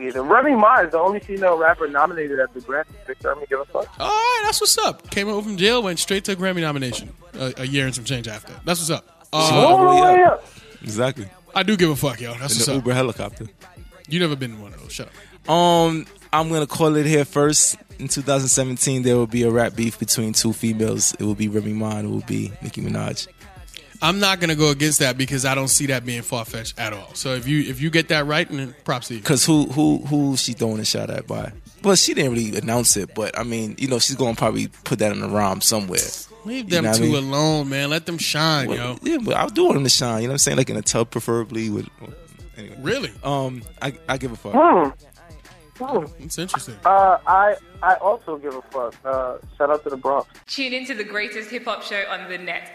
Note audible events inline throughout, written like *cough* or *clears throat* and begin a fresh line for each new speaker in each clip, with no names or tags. either. Remy Ma is the only female rapper nominated at the Grammys. Victor, I'm gonna give a fuck.
All right, that's what's up. Came over from jail, went straight to a Grammy nomination. A, a year and some change after. That's what's up. Uh,
All the way up.
Exactly.
I do give a fuck, yo. That's
In
what's
the
up.
Uber helicopter.
You never been in one of those. Shut up.
Um, I'm gonna call it here first. In 2017, there will be a rap beef between two females. It will be Remy Ma and it will be Nicki Minaj.
I'm not gonna go against that because I don't see that being far fetched at all. So if you if you get that right, then props to you.
Cause who who who she throwing a shot at by? Well, she didn't really announce it, but I mean, you know, she's gonna probably put that in a rhyme somewhere.
Leave them
know what I
two
mean?
alone, man. Let them shine, yo.
Well, yeah, but I do want him to shine. You know what I'm saying? Like in a tub, preferably with. Anyway,
Really,
um, I I give a fuck.
Hmm. Hmm.
it's interesting.
Uh, I I also give a fuck. Uh, shout out to the Bronx.
Tune into the greatest hip hop show on the net.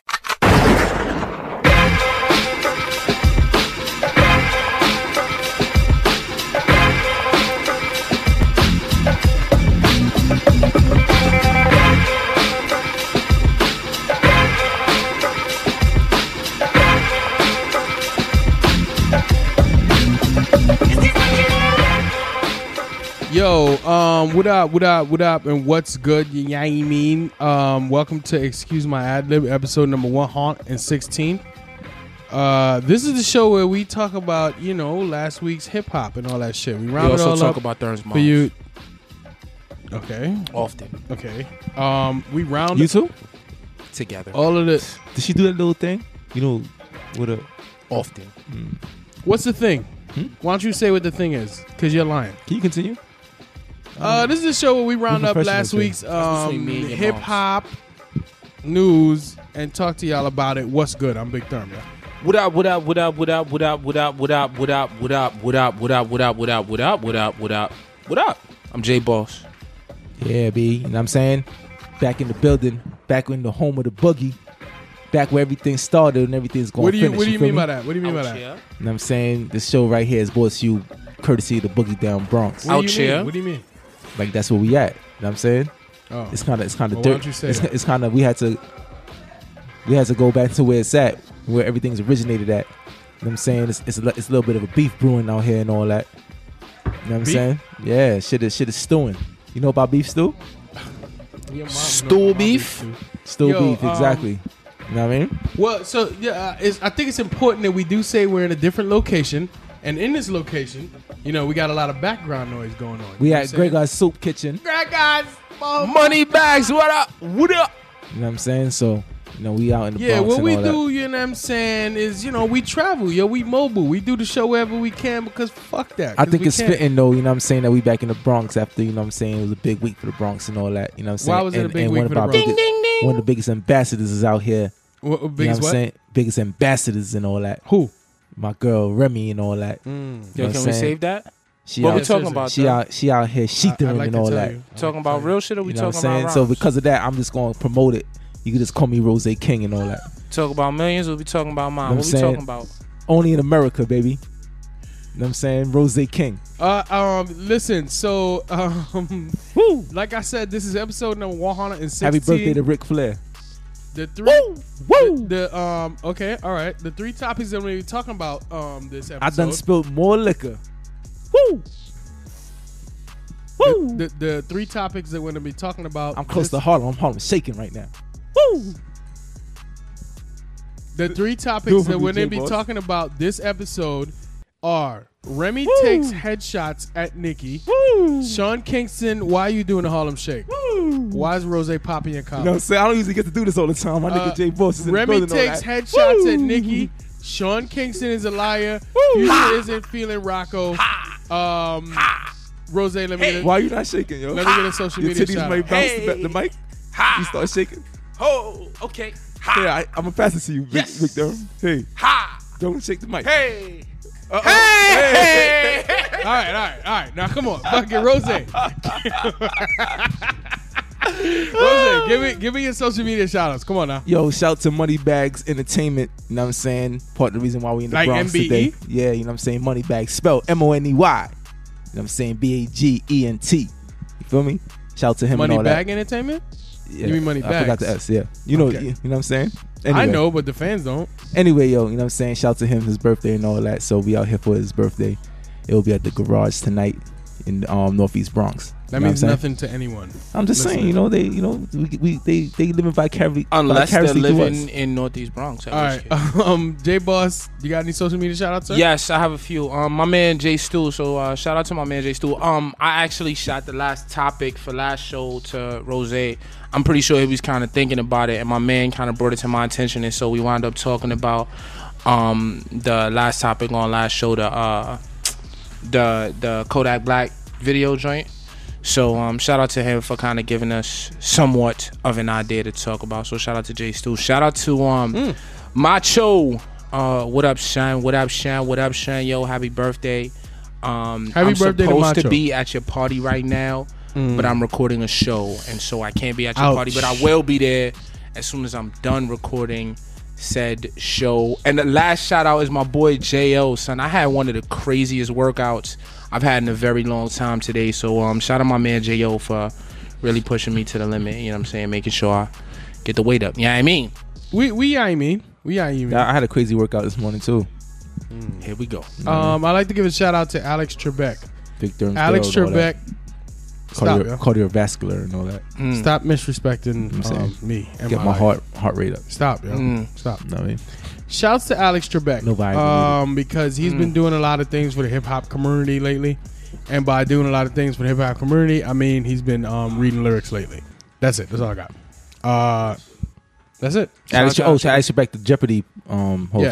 Yo, um, what up, what up, what up, and what's good? You know what I mean? Um, welcome to Excuse My Ad Lib, episode number one hundred and sixteen. Uh, this is the show where we talk about you know last week's hip hop and all that shit. We round
We
it all
also talk
up
about Thurman's mom
for you. Okay,
often
okay. Um, we round
too?
together.
all of this.
Did she do that little thing? You know, with a.
often.
What's the thing?
Hmm?
Why don't you say what the thing is? Cause you're lying.
Can you continue?
Uh, this is a show where we round
we're
up last
professional,
week's um,
between me and your
hip hop news and talk to y'all about it. What's good? I'm Big Therm. yeah.
What up? What up? What up? What up? What up? What up? What up? What up? What up? What up? What up? What up? What up? What up? What up? What up? What up? I'm Jay Boss.
Yeah, B. You know what I'm saying? Back in the building, back in the home of the boogie, back where everything started and everything's going
What do you
finish,
What do you
feel
mean
me?
by that? What do you mean by that?
Ouch,
You know what I'm saying? This show right here is brought to you courtesy of the Boogie Down Bronx.
What do you
Ouch,
mean?
yeah.
What do you mean?
Like that's where we at. You know what I'm saying?
Oh,
It's kind of it's kind of
Well, why
dirt.
don't you say
it's
that?
it's kind of we had to we had to go back to where it's at, where everything's originated at. You know what I'm saying? It's it's a, li- it's a little bit of a beef brewing out here and all that. You know what I'm
Beef?
saying? Yeah, shit is shit is stewing. You know about beef stew?
Stool beef.
Still
Yo,
beef,
um,
exactly. You know what I mean?
Well, so yeah, uh, it's, I think it's important that we do say we're in a different location, and in this location, you know, we got a lot of background noise going on.
We
You know
at
what I'm saying?
Gregor's Soup Kitchen.
Money bags. What up? What up?
You know what I'm saying? So, you know, we out in the
Yeah,
Bronx
what
and
we
all
do, you know what I'm saying, is, you know, we travel, yo, we mobile. We do the show wherever we can because fuck that.
That. I
'cause
think
we
it's
can't.
fitting though, you know what I'm saying, that we back in the Bronx after, you know what I'm saying, it was a big week for the Bronx and all that. You know what I'm saying?
Why was it a
and,
big
and
week
one
for
of
the
our
Bronx?
biggest- One of the biggest ambassadors is out here.
What, what,
you know
biggest
what I'm
what?
saying? Biggest ambassadors and all that.
Who? Mm.
My girl Remy and all that. You know
Yo,
what
can
I'm
we
saying?
save that?
She
What we
out,
talking about?
she
though?
out she out here she
I- I'd
doing
like
and
to
all
tell
that.
you. I'd
Talking
like to
about
tell you.
real shit or we
You know what
talking
I'm saying?
about
So
rhymes?
because of that, I'm just gonna promote it. You can just call me Rose King and all that.
talk about millions. What we talking about mine?
I'm
What we
saying?
talking about?
Only in America, baby. You know what I'm saying? Rose King.
Uh, um, listen, so, um, *laughs* like I said, this is episode number 116.
Happy birthday to Ric Flair.
the three.
Woo!
The, the, um, okay, all right. The three topics that we're gonna be talking about, um, this episode.
I done spilled more liquor. Woo! Woo!
the, the three topics that we're gonna be talking about.
I'm close to
this-
Harlem. I'm Harlem shaking right now. Woo!
The three topics
Dude,
that we're
DJ
going to be
boss.
talking about this episode are Remy
Woo.
takes headshots at Nikki.
Woo! You
Sean Kingston, why you doing a Harlem Shake?
know
Why is Rose popping your
what I'm
comments?
saying? I don't usually get to do this all the time. My
Uh,
nigga Jay Boss is in
Remy
the building and all
takes
that.
headshots
Woo!
at Nikki. Sean Kingston is a liar.
Woo.
Future
Ha.
isn't feeling Rocco. Um, Rose, let me get a,
Why you not shaking, yo?
let me get a social
*laughs* Your
media
titties
shout
may
out.
bounce the, the mic. You start shaking.
Oh, okay.
Yeah, I, I'm gonna pass it to you, Vic,
Yes.
Vic Durham. Hey,
Ha.
don't shake the mic.
Hey. *laughs*
All right, all right, all right. Now come on, fucking
*laughs*
Rose. Rose, give me give me your social media shout outs. Come on now.
Yo, shout to Moneybags Entertainment. You know what I'm saying? Part of the reason why we in the
Like E?
Bronx
MBE?
today. Yeah, you know what I'm saying? Moneybags spelled M O N E Y. You know what I'm saying? B A G E N T. You feel me? Shout to him and
Money
all
Bag
that.
Entertainment?
Yeah,
you mean Money
I
Bags.
forgot the S, yeah. You know,
Okay.
you, you know what I'm saying?
I
Anyway.
know, but the fans don't.
Anyway, yo, you know what I'm saying? Shout to him, his birthday and all that. So we out here for his birthday. It'll be at the garage tonight. in um, Northeast Bronx.
That
You know what I'm
means
saying?
nothing to anyone.
I'm just
Listen.
saying, you know, they, you know, we, we they they living vicariously,
Unless they're
vicariously through
living
us.
in Northeast Bronx. I
All
wish
right, *laughs*
it-
um, J Boss, you got any social media shout outs? Sir?
Yes, I have a few. Um, my man Jay Stu. So uh, shout out to my man Jay Stu. Um, I actually shot the last topic for last show to Rose. I'm pretty sure he was kind of thinking about it, and my man kind of brought it to my attention, and so we wound up talking about um the last topic on last show, the uh the the Kodak Black video joint. So um, shout out to him for kind of giving us somewhat of an idea to talk about. So shout out to Jay Stu. Shout out to um
Mm.
Macho. Uh, what up, Shine? What up, Shine? What up, Shine? Yo, happy birthday. Um,
Happy
I'm
birthday to
supposed to,
Macho.
be at your party right now, but I'm recording a show, and so I can't be at your
Mm. Ouch.
party. But I will be there as soon as I'm done recording said show. And the last shout out is my boy Jo. Son, I had one of the craziest workouts I've had in a very long time today. So um, shout out my man Jo for really pushing me to the limit. You know what I'm saying? Making sure I get the weight up. You know what I mean?
We we I mean we I mean.
I I had a crazy workout this morning too.
Here we go.
Um, I like to give a shout out to Alex Trebek.
Big Durham
Alex
steroids, all that.
Trebek, stop,
Cardio- cardiovascular and all that.
stop misrespecting
saying.
um, me and
Mm. Get my
life.
heart heart rate up.
Stop, yo.
Mm.
Stop.
You know what I mean?
Shouts to Alex Trebek.
Nobody
um, because he's
Mm.
been doing a lot of things for the hip hop community lately, and by doing a lot of things for the hip hop community, I mean he's been um, reading lyrics lately. That's it. That's all I got. Uh, that's it.
Alex, oh, so I should back the Jeopardy um, host.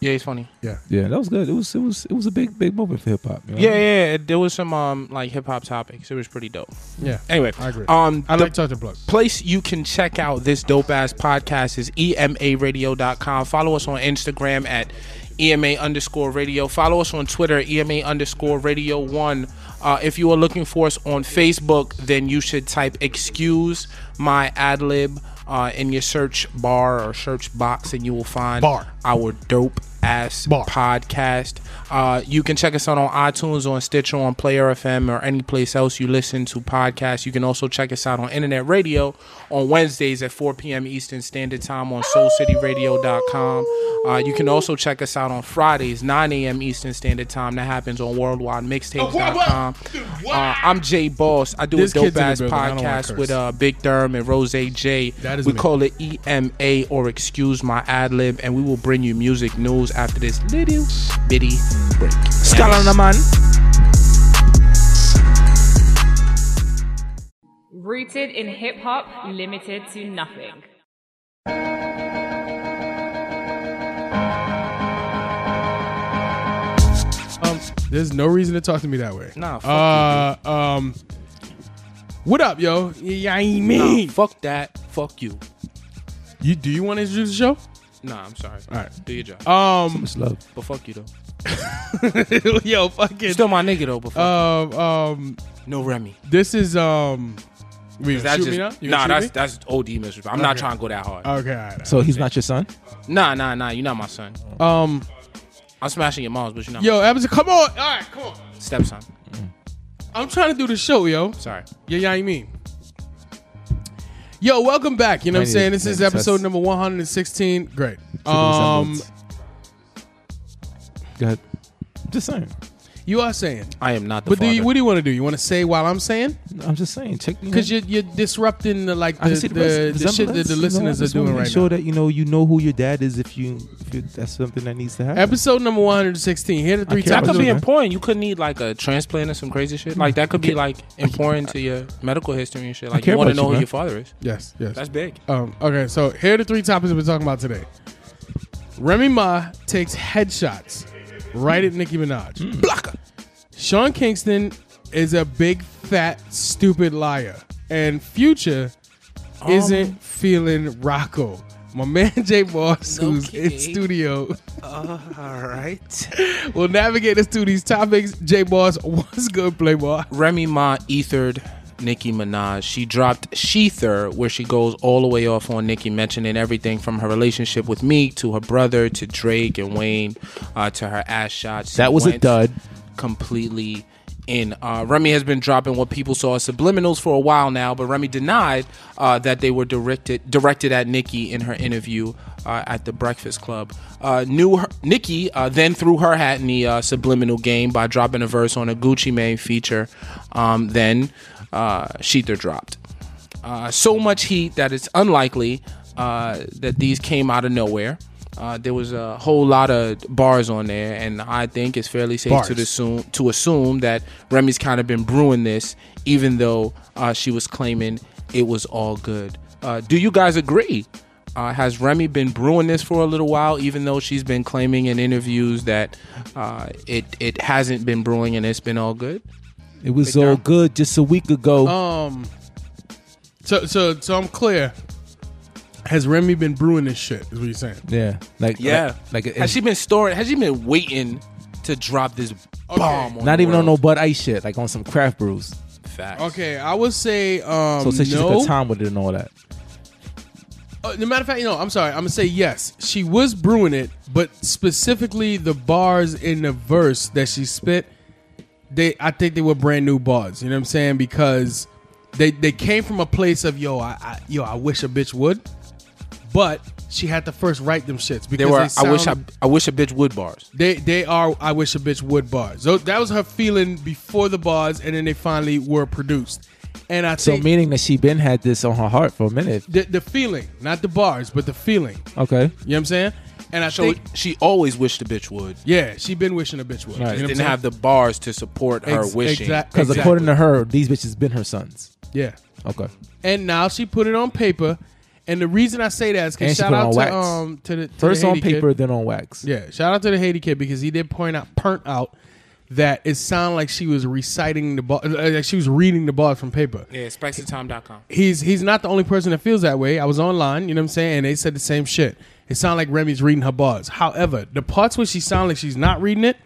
Yeah,
Yeah, it's funny.
yeah.
Yeah, that was good. It was it was it was a big big moment for hip hop.
Mm.
you know?
Yeah, yeah, yeah. There was some um like hip hop topics. It was pretty dope.
Yeah.
Anyway,
I agree.
Um,
I
the
like Touch and Plug.
place you can check out this dope ass podcast is E emaradio.com. Follow us on Instagram at EMA underscore radio. Follow us on Twitter, EMA underscore radio one. Uh, if you are looking for us on Facebook, then you should type excuse my ad lib uh, in your search bar or search box, and you will find
Bar.
our dope ass
Bar.
podcast. Uh, you can check us out on iTunes, on Stitcher, on Player FM, or any place else you listen to podcasts. You can also check us out on internet radio on Wednesdays at 4 p.m. Eastern Standard Time on SoulCityRadio.com. Uh, you can also check us out on Fridays, 9 a.m. Eastern Standard Time. That happens on WorldwideMixtapes.com. Uh, I'm Jay Boss. I do
This
a
kid's in
dope
the
ass
building. I don't wanna
podcast with
curse.
uh, Big Derm and Rose J.
That is
we
me.
call it EMA or Excuse My Ad Lib, and we will bring you music news after this little bitty break.
Scala on the man.
Rooted in hip hop, limited to nothing.
Um, there's no reason to talk to me that way.
Nah, fuck
uh, um, what up, yo? Yeah, I mean,
Nah, fuck that. Fuck you.
you do you want to introduce the show?
Nah, I'm sorry.
All right.
Do your job. *laughs*
Um,
Much love.
but fuck you, though.
yo, fucking.
Still my nigga, though, but fuck
Um, um,
you. No Remy.
this is um. We
That
gonna shoot
just,
me now? You
nah,
gonna
that's
shoot
that's OD misrespect. I'm not
Okay. Uh,
trying to go that hard.
me? okay. All right, all right.
So he's not your son?
nah, nah, nah. You're not my son.
Um,
I'm smashing your mom's, but you're not
yo, Evans, come on. All right, come on.
my stepson.
I'm trying to do the show, yo.
Sorry.
Yeah, yeah, I mean. Yo, welcome back. You know what I'm
Maybe-
saying? This is
maybe test.
episode number 116. Great.
True
Um,
resemblance. Go ahead. Just saying.
you are saying.
I am not the
But do
father.
you, what do you want to do? You want to say while I'm saying?
I'm just saying. Check me.
Because you're, you're disrupting the like the,
I can
the,
see the, res-
the shit that
resemblance,
the
you know,
listeners
I
are
just wanna
doing
make
right
sure
now.
that you know you know who your dad is if you if you, that's something that needs to happen.
Episode number 116. Here the three
can't
That
times.
could
Absolutely.
be important. You could need like a transplant or some crazy shit. Like that could
*laughs*
be like important to your medical history and shit. Like
care
you want to
about you,
know who
man.
your father is.
Yes, yes.
That's big.
Um, okay, so here are the three topics we're talking about today. Remy Ma takes headshots right at Nicki Minaj. Blocker. Sean Kingston is a big, fat, stupid liar. And Future isn't feeling Rocco. My man *laughs* Jay Boss, who's in
kidding.
studio,
All right.
will navigate us through these topics. Jay Boss, *laughs* what's good, Playboy?
Remy Ma ethered Nicki Minaj. She dropped Sheether, where she goes all the way off on Nicki, mentioning everything from her relationship with me to her brother to Drake and Wayne uh, to her ass shots. She
That was a
went
dud.
Completely in. Uh, Remy has been dropping what people saw as subliminals for a while now, but Remy denied uh, that they were directed directed at Nikki in her interview uh, at the Breakfast Club. Uh, knew her, Nikki uh, then threw her hat in the uh, subliminal game by dropping a verse on a Gucci Mane feature. Um, then uh, Sheether dropped uh, so much heat that it's unlikely uh, that these came out of nowhere. Uh, there was a whole lot of bars on there, and I think it's fairly safe
Bars.
to assume to assume that Remy's kind of been brewing this, even though uh, she was claiming it was all good. Uh, do you guys agree? Uh, has Remy been brewing this for a little while, even though she's been claiming in interviews that uh, it it hasn't been brewing and it's been all good?
It was all good just a week ago.
Um. So so so I'm clear. Has Remy been brewing this shit? Is what you're saying?
yeah, like
Yeah.
like, like
has she been storing? Has she been waiting to drop this bomb? On
not
the
even on no
world?
butt ice shit, like on some craft brews.
facts.
Okay, I would say um.
So since she took
no.
her time with it and all that,
Uh, no matter of fact, you know, I'm sorry. I'm gonna say yes. She was brewing it, but specifically the bars in the verse that she spit, they I think they were brand new bars. You know what I'm saying? Because they they came from a place of yo, I, I yo, I wish a bitch would, but she had to first write them shits because
They were.
They sound,
I wish. I, I wish a bitch would bars.
they they are I wish a bitch would bars. So that was her feeling before the bars, and then they finally were produced. And I
so
think
meaning that she been had this on her heart for a minute.
the, the feeling, not the bars, but the feeling.
Okay,
You know what I'm saying? And I
So
think
she always wished a bitch would.
Yeah, she been wishing a bitch would.
Right.
You know what
Didn't
I'm
have the bars to support
saying?
her
Ex-
wishing.
exact-
because
exactly.
according to her, these bitches been her sons.
yeah,
Okay,
and now she put it on paper, and the reason I say that is
And
because
she
shout
put it
out
on
to
wax.
um to the to
first
the
on
Haiti kid.
paper, then on wax.
Yeah, shout out to the Haiti kid because he did point out, point out that it sounded like she was reciting the ball, like she was reading the bars from paper.
Yeah, spicytime.com.
He's he's not the only person that feels that way. I was online, you know what I'm saying, and they said the same shit. It sounded like Remy's reading her bars. However, the parts where she sounded like she's not reading it,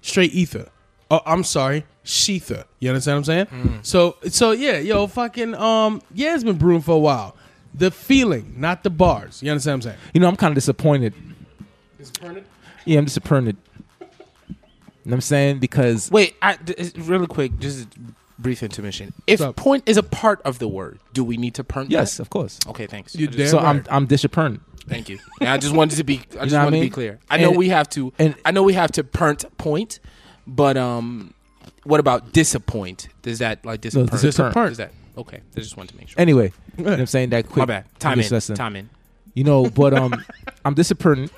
straight ether. Oh, I'm sorry, sheether. You understand what I'm saying? So, so yeah, yo, fucking, um, yeah, it's been brewing for a while. The feeling, not the bars. You understand what I'm saying?
You know, I'm kind of disappointed. Yeah, I'm disappointed. You know what I'm saying because
Wait, I, d- is- really quick, just a brief intermission. If
What's up?
point is a part of the word, do we need to perm?
yes,
that?
of course.
Okay, thanks.
You
I just-
damn
So I'm
right.
I'm disappointed.
Thank you. And I just wanted to be. I just
know what I
wanted to
mean?
be clear. I know
And-
we have to.
and-
I know we have to pernt point, but um, what about disappoint? Does that like disappoint?
disappoint.
Is that okay? I just wanted to make sure.
Anyway, you know what I'm saying that quick.
My bad. Time
English
in.
lesson.
Time in. *laughs*
You know, but um, I'm disappointed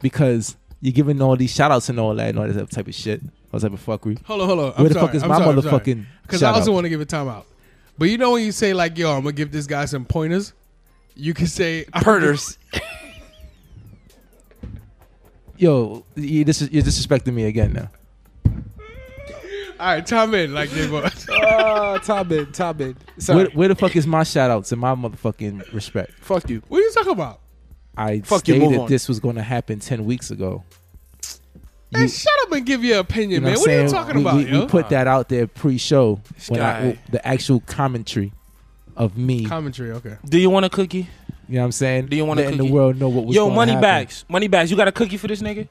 because you're giving all these shout outs and all that and all that type of shit, all type of fuckery.
Hold on, hold on. I'm
Where the
sorry,
fuck is
I'm
my
sorry,
motherfucking
Because I
shout
also
out?
want to give a timeout. But you know when you say like, yo, I'm gonna give this guy some pointers. You can say *laughs*
Perters.
Yo, you dis- you're disrespecting me again now.
All right, time in, like they was.
uh, time in. Time in. Sorry.
Where, where the fuck is my shout outs and my motherfucking respect?
Fuck you.
What are you talking about?
I
Fuck you,
stated
move on.
this was going to happen 10 weeks ago. You-
Man, shut up and give your opinion,
you know
man. What are you
I'm saying?
talking
We-
about,
we, we
yo?
put that out there pre-show when I,
guy.
the actual commentary of me.
Commentary, okay.
Do you want a cookie?
you know what I'm saying?
Do you want a
letting
cookie?
the world know what was
Yo,
gonna
money
happen.
bags. Money bags. You got a cookie for this nigga?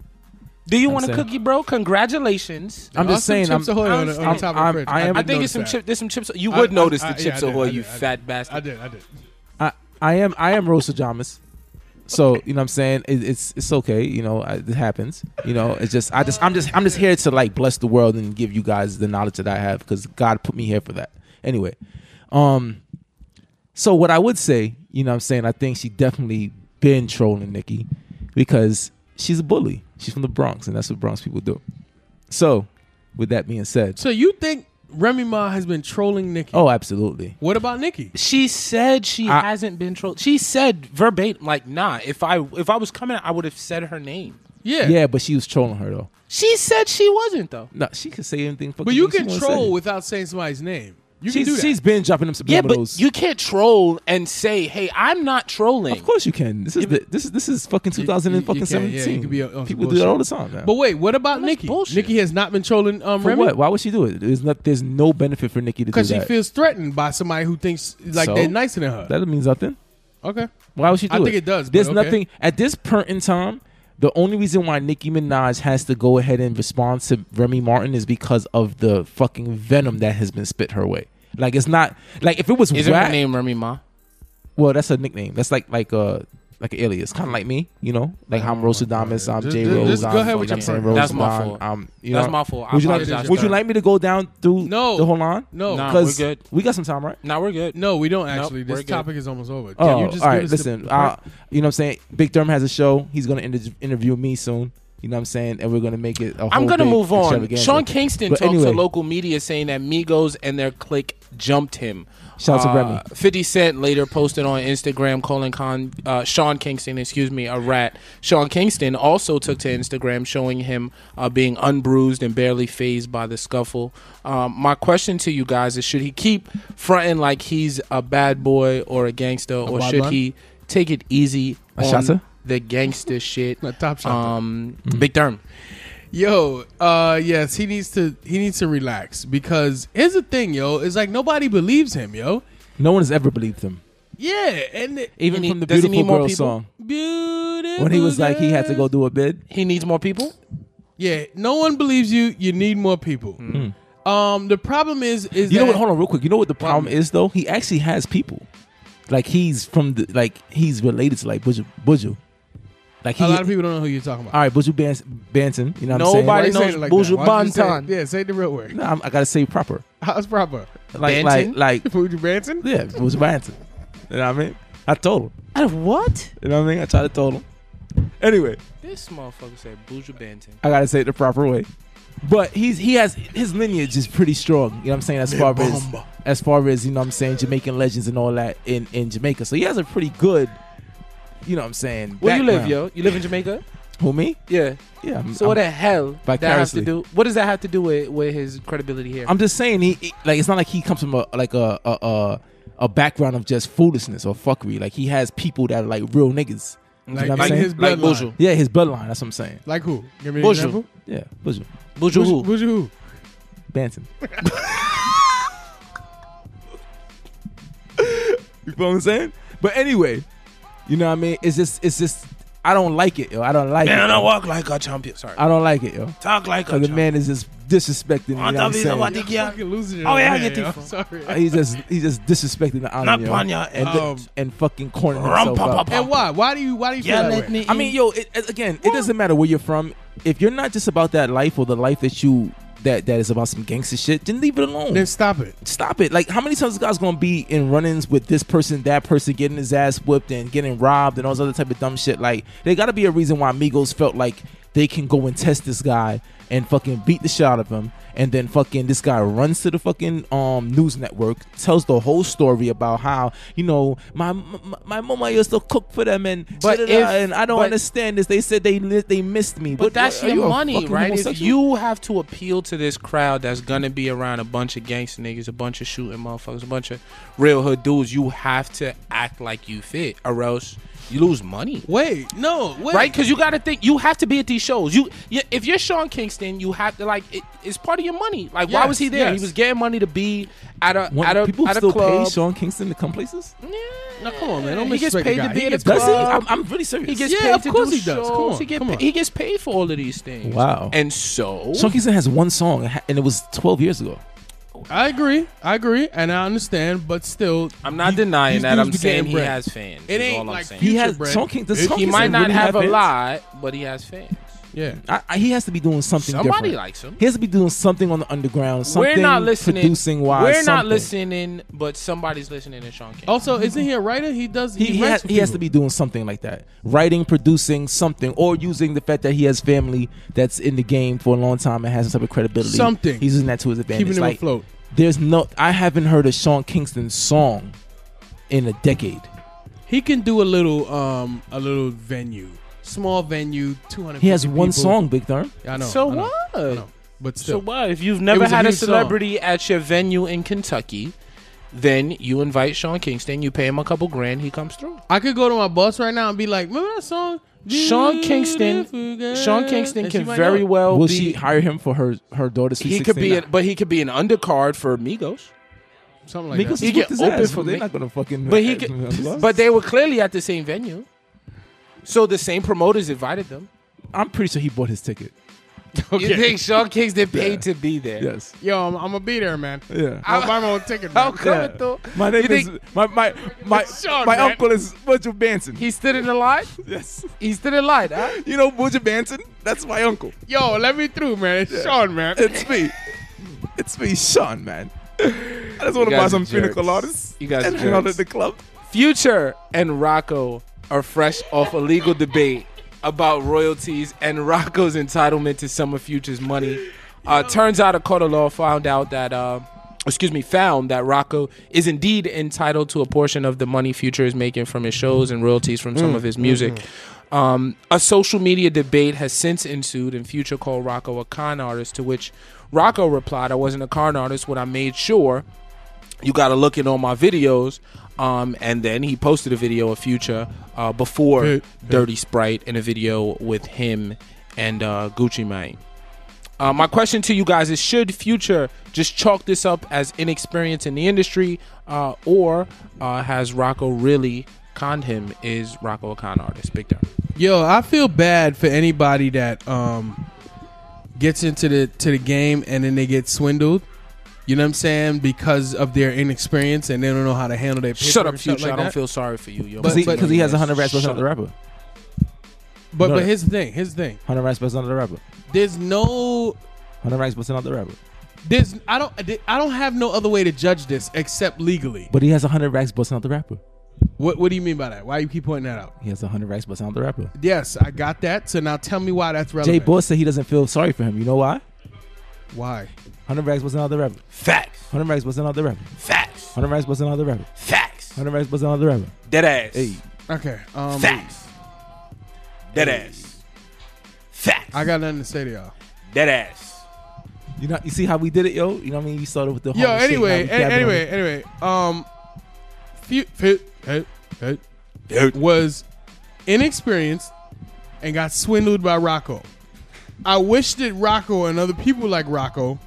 Do you want a
saying-
cookie, bro? Congratulations.
I'm just
There are
saying.
some
I'm,
Chips Ahoy on, the- on
I'm-
the top of the
I'm-
fridge.
I am-
I
did
think
notice
it's some
that.
chips. There's some chips. You
I-
would
I-
notice
I- yeah,
the chips
I did,
Ahoy,
I
you
did, I
fat
did.
bastard.
I did, I did.
I, I am. I am Rosa Jamas. So you know what I'm saying. It, it's it's okay. You know I, it happens. You know it's just I just I'm just I'm just here to like bless the world and give you guys the knowledge that I have because God put me here for that. Anyway, um, so what I would say, you know what I'm saying. I think she definitely been trolling Nikki because she's a bully. She's from the Bronx and that's what Bronx people do. So with that being said,
So you think Remy Ma has been trolling Nikki?
oh absolutely.
What about Nikki?
She said she
I-
hasn't been trolled. She said verbatim, like, nah. If I if I was coming, I would have said her name.
Yeah.
Yeah, but she was trolling her though.
She said she wasn't though.
No, she could say anything.
But you can troll without saying somebody's name. You can
She's,
do that.
she's been dropping them subliminals.
Yeah, but you can't troll and say, "Hey, I'm not trolling."
Of course you can. This is the, this is this is fucking
you-
2017.
you can, yeah, you can be on some
People do
bullshit.
that all the time. Man.
but wait, what about
that's
Nikki?
bullshit.
Nikki has not been trolling um,
for
Remy
what? Why would she do it? There's not. There's no benefit for Nikki to do
because she
that.
feels threatened by somebody who thinks like
So?
they're nicer than her.
that means nothing.
okay.
Why would she do
I
it?
think it does, but
There's
okay.
nothing at this point in time. the only reason why Nicki Minaj has to go ahead and respond to Remy Martin is because of the fucking venom that has been spit her way. Like it's not like if it was
Isn't
whack-
her name Remy Ma?
well, that's a nickname. That's like like uh like an alias, kind of like me, you know, like I'm Rosadamus, I'm
Just-
J
just-
Rose,
just
I'm,
go ahead with your
you know what I'm
turn.
saying,
That's my
Rosamond,
fault.
I'm, you know,
That's my fault. I
Would you
apologize.
like
for
Would you
that.
like me to go down through
No.
the whole line?
No,
Nah.
because
we're good.
we got some time, right?
Nah, we're good.
no, we don't actually.
Nope, we're
this
good.
topic is almost over. Can
Oh,
you just
all
give
right.
us the-
Listen,
the
uh,
part?
you know what I'm saying. Big Durham has a show. He's gonna inter- interview me soon. You know what I'm saying, and we're gonna make it. A
I'm
whole
gonna
big
move on.
extravaganza.
Sean Kingston
But
talked
anyway,
to local media saying that Migos and their clique jumped him.
Shout out to Remy.
50 Cent later posted on Instagram calling Con, uh, Sean Kingston, excuse me, a rat. Sean Kingston also took to Instagram showing him uh, being unbruised and barely phased by the scuffle. Um, my question to you guys is should he keep fronting like he's a bad boy or a gangster, or
bad
should
man?
he take it easy
A
on
shotter?
the gangster shit?
*laughs* A top shotter.
Um,
Mm-hmm.
Big Derm.
Yo, uh yes, he needs to he needs to relax because here's the thing, yo, it's like nobody believes him, yo.
no one has ever believed him,
Yeah, and it-
even
He-
from the
does he
beautiful
need more
girl
people?
song
beautiful
when he was like he had to go do a bid.
He needs more people?
Yeah, no one believes you. You need more people. Um, the problem is is
You know
that-
what? Hold on, real quick. You know what the problem is though? He actually has people. Like he's from the like he's related to like Buju. Buju. Like he,
a lot of people don't know who you're talking about.
All right, Buju Bans- Banton. You know what
Why
Nobody
I'm
you saying
saying?
knows
it like
Buju
that? Why don't you say it?
Banton.
Yeah, say the real word.
No, I'm, I gotta say proper.
*laughs* How's proper?
Like
Banton?
*laughs*
like like
Buju Branson?
yeah, Buju Banton. You know what I mean? I told him.
Out of what?
You know what I mean? I tried to told him. Anyway,
This motherfucker said Buju Banton.
I gotta say it the proper way. But he's he has his lineage is pretty strong. You know what I'm saying? As far as
Bamba.
as far as you know what I'm saying Jamaican legends and all that in in Jamaica. So he has a pretty good. You know what I'm saying?
Where you live,
background.
yo? You live in Jamaica?
Who me?
Yeah.
Yeah. I'm,
So what
I'm,
the hell that has to
Vicariously.
do? What does that have to do with, with his credibility here?
I'm just saying he, he- like it's not like he comes from a like a a, a a background of just foolishness or fuckery. Like he has people that are like real niggas. You know
Like,
what I'm
like
saying?
his
Like
bloodline.
Buju.
yeah, his bloodline. That's what I'm saying.
Like who? Give me an
Buju.
example.
Yeah, Buju
Buju
Buju,
who?
Buju who?
Banton. you feel what I'm saying? But anyway, you know what I mean? It's just it's just I don't like it, yo. I don't like it. yo.
walk like a champion. Sorry,
I don't like it, yo.
talk like
Cause the man is just disrespecting. me, You know what I'm saying?
You're fucking losing it.
Oh,
over
yeah, I
there,
get
yo.
this one.
*laughs* Sorry.
*laughs* He's just he's just disrespecting the honor,
Knock
yo.
on ya
and,
um,
and fucking cornering
rum,
himself
pum,
out.
pum, pum.
and why? Why do you? Why do you feel that way?
I mean, yo, it, it- again, it doesn't matter where you're from. If you're not just about that life or the life that you that that is about some gangster shit, then leave it alone.
Then stop it.
Stop it! Like, how many times this guy's gonna be in run-ins with this person, that person, getting his ass whipped and getting robbed and all this other type of dumb shit? Like, there gotta be a reason why Migos felt like they can go and test this guy and fucking beat the shit out of him, and then fucking this guy runs to the fucking um news network, tells the whole story about how you know my my, my mama used to cook for them and
But
da-da-da,
if-
and I don't
but-
understand this. They said they li- they missed me,
But that's
are you
your
a
money,
fucking
right? If
homosexual?
you have to appeal to this crowd that's gonna be around a bunch of gangster niggas, a bunch of shooting motherfuckers, a bunch of real hood dudes, you have to act like you fit, or else you lose money.
Wait, no, wait.
Right? Because you got to think you have to be at these shows. You, you if you're Sean Kingston, you have to like it, it's part of your money. Like, why
Yes,
was he there?
yes.
He was getting money to be at a
When
at a
people
at a
still
club.
pay Sean Kingston to come places?
No, come on, man. Don't
he gets
disrespect the
paid
guy.
to be
He
at a
gets
club.
paid.
Does he? I'm, I'm pretty serious.
He gets
Yeah,
paid
of
to
course
do
he does.
shows.
Come on,
he, get
come on.
he gets paid for all of these things.
Wow.
And so
Sean Kingston has one song, ha- and it was 12 years ago.
I agree. I agree, and I understand, but still,
I'm not
he-
denying
these
that.
dudes
I'm
be
saying
getting
he
bread.
has fans.
It
is
ain't
all I'm
like
saying.
He
Future
has
bread.
Sean King- does Sean
He might
Kingston
not
really
have, a
fans?
lot, but he has fans.
Yeah,
I, I, he has to be doing something
Somebody
different.
likes him.
He has to be doing something on the underground. Something
We're not listening.
Producing wise.
We're not
something.
listening, but somebody's listening to Sean Kingston.
Also, isn't he a writer? He does.
He,
He,
he,
writes
has,
for
he has to
people.
be doing something like that. Writing, producing something, or using the fact that he has family that's in the game for a long time and has some type of credibility.
Something.
He's using that to his advantage.
keeping him
Like,
afloat.
There's no. I haven't heard a Sean Kingston song in a decade.
He can do a little, um, a little venue, small venue, two hundred.
He has one song, Big Darn.
I know.
So
I know,
what?
I know. But
So
still,
what if you've never
was a
had a
huge song.
celebrity at your venue in Kentucky? Then you invite Sean Kingston, you pay him a couple grand, he comes through.
I could go to my boss right now and be like, "Remember that song?"
Sean Kingston,
Beautiful girl?"
Sean Kingston
And she
can
might
very
know it.
well
Will
be.
she hire him for her her daughter's?
he could be,
16?
an, but he could be an undercard for Migos.
something like that.
Migos
He
is
get
with his
open
ass,
for
but they're
Mi-
not gonna fucking. *laughs*
But he could, but they were clearly at the same venue, so the same promoters invited them.
I'm pretty sure he bought his ticket.
You think Sean Kingston paid to be there?
Yes.
Yo, I'm, I'm gonna be there, man.
Yeah.
I'll buy my own ticket, man.
I'm coming
Yeah.
through.
My
You
name is
think
my my my,
Sean,
my
man.
uncle is Butcher Banton.
he stood in the line?
yes. *laughs*
He stood in line, huh?
You know Butcher Banton? That's my uncle.
Yo, let me through, man. It's Sean, man.
It's me. It's me, Sean, man. I just want to
guys
buy
are
some pina
jerks.
coladas
You guys are
and hang out
jerks.
at the club.
Future and Rocco are fresh off a legal debate about royalties and Rocco's entitlement to some of Future's money. Uh, turns out a court of law found out that, uh, excuse me, found that Rocco is indeed entitled to a portion of the money Future is making from his shows and royalties from some of his music. Um, a social media debate has since ensued, and Future called Rocco a con artist, to which Rocco replied, I wasn't a con artist when I made sure you got to look in on my videos. Um, and then he posted a video of Future uh, before
Hey, hey.
Dirty Sprite in a video with him and uh, Gucci Mane. Uh, my question to you guys is: Should Future just chalk this up as inexperience in the industry, uh, or uh, has Rocco really conned him? Is Rocco a con artist? Big time.
Yo, I feel bad for anybody that um gets into the to the game and then they get swindled. You know what I'm saying? Because of their inexperience and they don't know how to handle their paper
Shut up,
and stuff
Future.
like
I don't
that.
feel sorry for you. You're
But-
Because he,
but-
'cause he has 100 rats plus
Shut
another
up.
rapper.
But
No.
but here's the thing. Here's the thing.
100 rats plus another rapper.
There's no
100 rats plus another rapper.
there's I don't I don't have no other way to judge this except legally.
But he has 100 racks plus another rapper.
What what do you mean by that? Why you keep pointing that out?
He has 100 racks plus another rapper.
Yes, I got that. So now tell me why that's
Jay
relevant.
Boss said he doesn't feel sorry for him. You know why?
Why?
100 racks plus another rapper.
Facts.
100 racks plus another rapper.
Facts.
100 racks plus another rapper.
Facts.
100 racks plus another rapper.
Dead ass.
Hey.
Okay. Um
Facts. Dead ass. Facts.
I got nothing to say to y'all.
Dead ass.
You know, you see how we did it, yo? You know what I mean? You started with the
Yo,
homeless shit, now
anyway,
we
a-
dabbing on
anyway,
it.
anyway. Um, few, few, hey, hey, was inexperienced and got swindled by Rocco. I wish that Rocco and other people like Rocco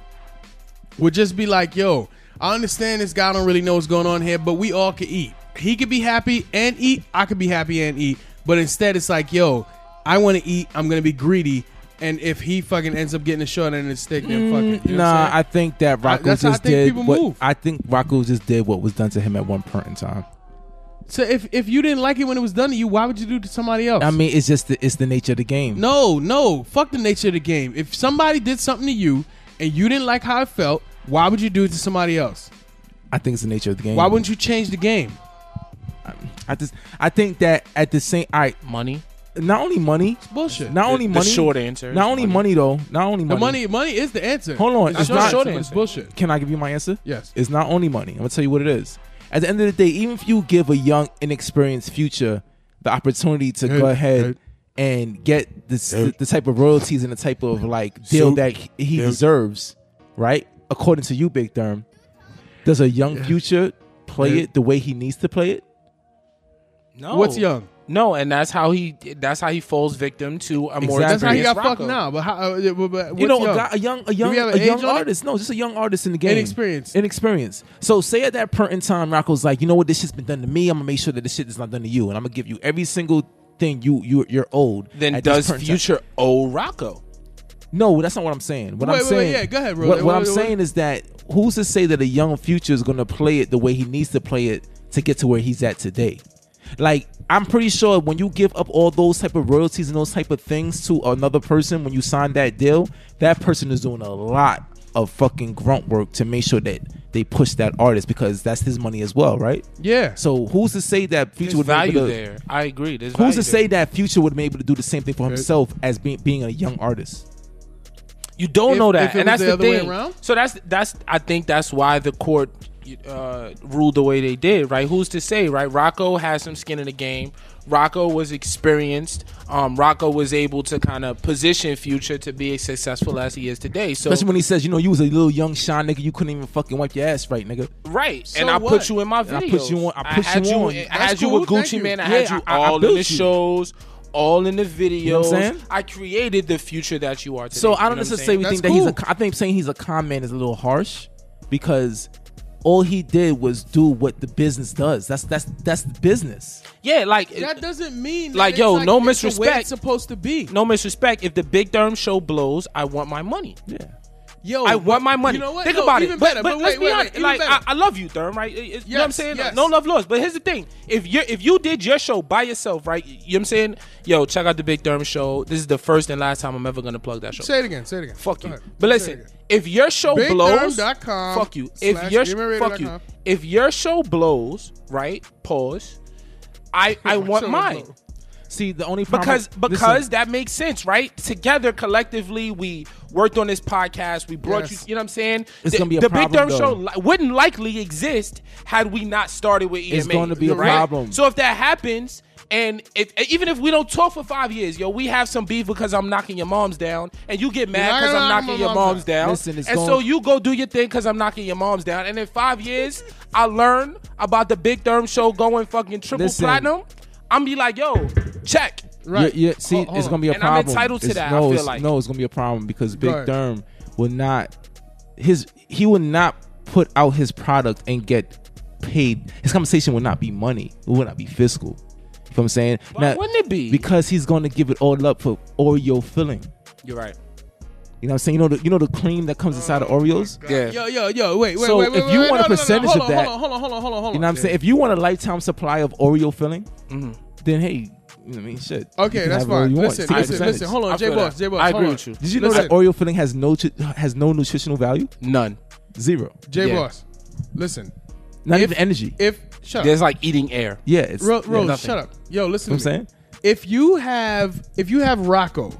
would just be like, "Yo, I understand this guy don't really know what's going on here, but we all could eat. He could be happy and eat. I could be happy and eat. But instead, it's like, yo, I want to eat. I'm gonna be greedy." And if he fucking ends up getting a shot in his stick, then fuck it. You know what I'm
Nah,
saying?
I think that Rocco
that's how I
just
think
did.
people
what,
move.
I think Rocco just did what was done to him at one point in time.
So if if you didn't like it when it was done to you, why would you do it to somebody else?
I mean, it's just the, it's the nature of the game.
no, no, fuck the nature of the game. If somebody did something to you and you didn't like how it felt, why would you do it to somebody else?
I think it's the nature of the game.
Why wouldn't you change the game?
I just I think that at the same, I
Money.
not only money,
Bullshit.
not
The-
only
the
money.
short answer is
Not only money.
money.
though. Not only
the
money.
money, money is the answer.
Hold on,
it's,
it's
not
not-
short answer. It's bullshit.
Can I give you my answer?
Yes.
It's not only money. I'm gonna tell you what it is. At the end of the day, even if you give a young, inexperienced future the opportunity to go
Hey,
ahead
hey.
and get this, the, the type of royalties and the type of like deal that he he deserves, right? According to you, Big Therm, does a young future play
Hey.
it the way he needs to play it?
No.
What's young?
No, and that's how he that's how he falls victim to a
Exactly.
more
That's how you
experienced
got
Rocco.
fucked now. But how? Uh, yeah, but, but what's
you know,
young?
A, guy, a young, a young,
we have
a
an
young
age on it?
artist. No, just a young artist in the game.
Inexperienced.
Inexperienced. So say at that point in time, Rocco's like, you know what, this shit's been done to me. I'm gonna make sure that this shit is not done to you, and I'm gonna give you every single thing you you you're owed.
Then
at this
does
point in time.
future owe Rocco?
No, that's not what I'm saying. What
Wait,
I'm
wait, wait,
saying,
yeah, go ahead, bro.
What, what
Wait,
I'm
wait, wait.
saying is that who's to say that a young future is going to play it the way he needs to play it to get to where he's at today? Like, I'm pretty sure when you give up all those type of royalties and those type of things to another person when you sign that deal, that person is doing a lot of fucking grunt work to make sure that they push that artist because that's his money as well, right?
yeah.
So who's to say that future
There's
would be able
value
to-
there. I agree. There's
Who's
value
to say that future would be able to do the same thing for himself as being being a young artist?
there. you don't
If-
know
if
that,
it
and
was
that's
the
the,
other way
thing.
around?
So that's that's I think that's why the court uh, ruled the way they did. Right? Who's to say? Right? Rocco has some skin in the game. Rocco was experienced. Um, Rocco was able to kind of position Future to be as successful as he is today. So
Especially when he says, you know, you was a little young shy nigga, you couldn't even fucking wipe your ass right, nigga.
Right,
So
and I
what?
put you in my
And
videos.
I put you on- I put
had
you on.
I
That's
had you with
cool, thank
Gucci
you.
man. I
Yeah,
had you
I- I
all in
built
the
you.
shows, all in the videos.
know what I'm saying?
I created the future that you are today.
So I
You
don't
know what I'm
necessarily
saying?
saying?
think
That's
that he's a.
cool.
I think saying he's a con man is a little harsh because all he did was do what the business does. That's that's that's the business.
Yeah, like
That doesn't mean that
Like,
it's
yo, no
it's the way
disrespect.
It's supposed to be.
no disrespect. If the Big Durham show blows, I want my money.
Yeah.
Yo,
I want my money.
Oh, You know what?
Think
No,
about
even
it. But,
better,
but
wait,
let's
wait,
be
wait,
honest.
even
like
better.
I, I love you, Durham. Right? It- it- you know what I'm
Yes,
saying?
yes.
No love lost. But here's the thing: if you if you did your show by yourself, right? You know what I'm saying? Yo, check out the Big Durham show. This is the first and last time I'm ever gonna plug that show.
say it again. Say it again.
Fuck
Go
you.
ahead.
But
Say it
listen,
again.
if your show blows,
BigDurham.com
fuck you.
slash
If your
numerator dot
fuck you.
com.
If your show blows, right? Pause.
*laughs*
I I want
show
mine
blows.
See, the only problem
because
listen,
because that makes sense, right? Together collectively, we worked on this podcast. We
Yes.
brought you, you know what I'm saying?
It's
the,
gonna be a
the
problem,
Big Durham
though.
Show li- wouldn't likely exist had we not started with EMA.
It's gonna be a
right?
problem.
So if that happens. And if even if we don't talk for five years, yo, we have some beef because I'm knocking your moms down, and you get mad
not
because
gonna
I'm
knock
knocking
my
your
moms
moms down,
Listen, it's
and
gonna-
so you go do your thing because I'm knocking your moms down. And in five years, I learn about the Big Durham show going fucking triple
Listen.
platinum. I'm be like, yo, check.
Right.
you- you- see,
Hold- hold
it's
on.
gonna be a
And I'm
problem.
entitled to
It's-
that, I
No,
feel
it's,
like.
no, it's gonna be a problem because Big
ahead.
Durham will not his he will not put out his product and get paid. His compensation will not be money. It will not be fiscal. You know what I'm saying?
Why wouldn't it be?
Because he's gonna give it all up for Oreo filling.
You're right.
You know what I'm saying? You know the you know the cream that comes inside of Oreos.
Yeah.
Yo, yo, yo, wait, wait,
So
wait, wait,
if
wait,
you
wait,
want
no,
a
no, no, no,
percentage
hold
of
on,
that-
hold on, hold on, hold on, hold on.
You know what I'm saying? If you want a lifetime supply of Oreo filling, then hey, you know what I mean shit. you
Mm-hmm. Okay,
can
that's
have it all
fine.
you want.
Listen,
Take a
listen,
percentage.
listen. Hold on,
I
J
feel
Boss,
that.
J Boss.
I
hold
agree
on.
with you.
Did you know
Listen.
that Oreo filling has no tru- has no nutritional value?
None.
Zero.
J
Yeah.
Boss, listen.
Not
If-
even energy.
If shut
There's
up,
like eating air.
yeah, it's
Ro-
yeah,
Rose,
nothing.
shut up. Yo, listen.
You know
to
what I'm
me.
saying?
if you have if you have Rocco,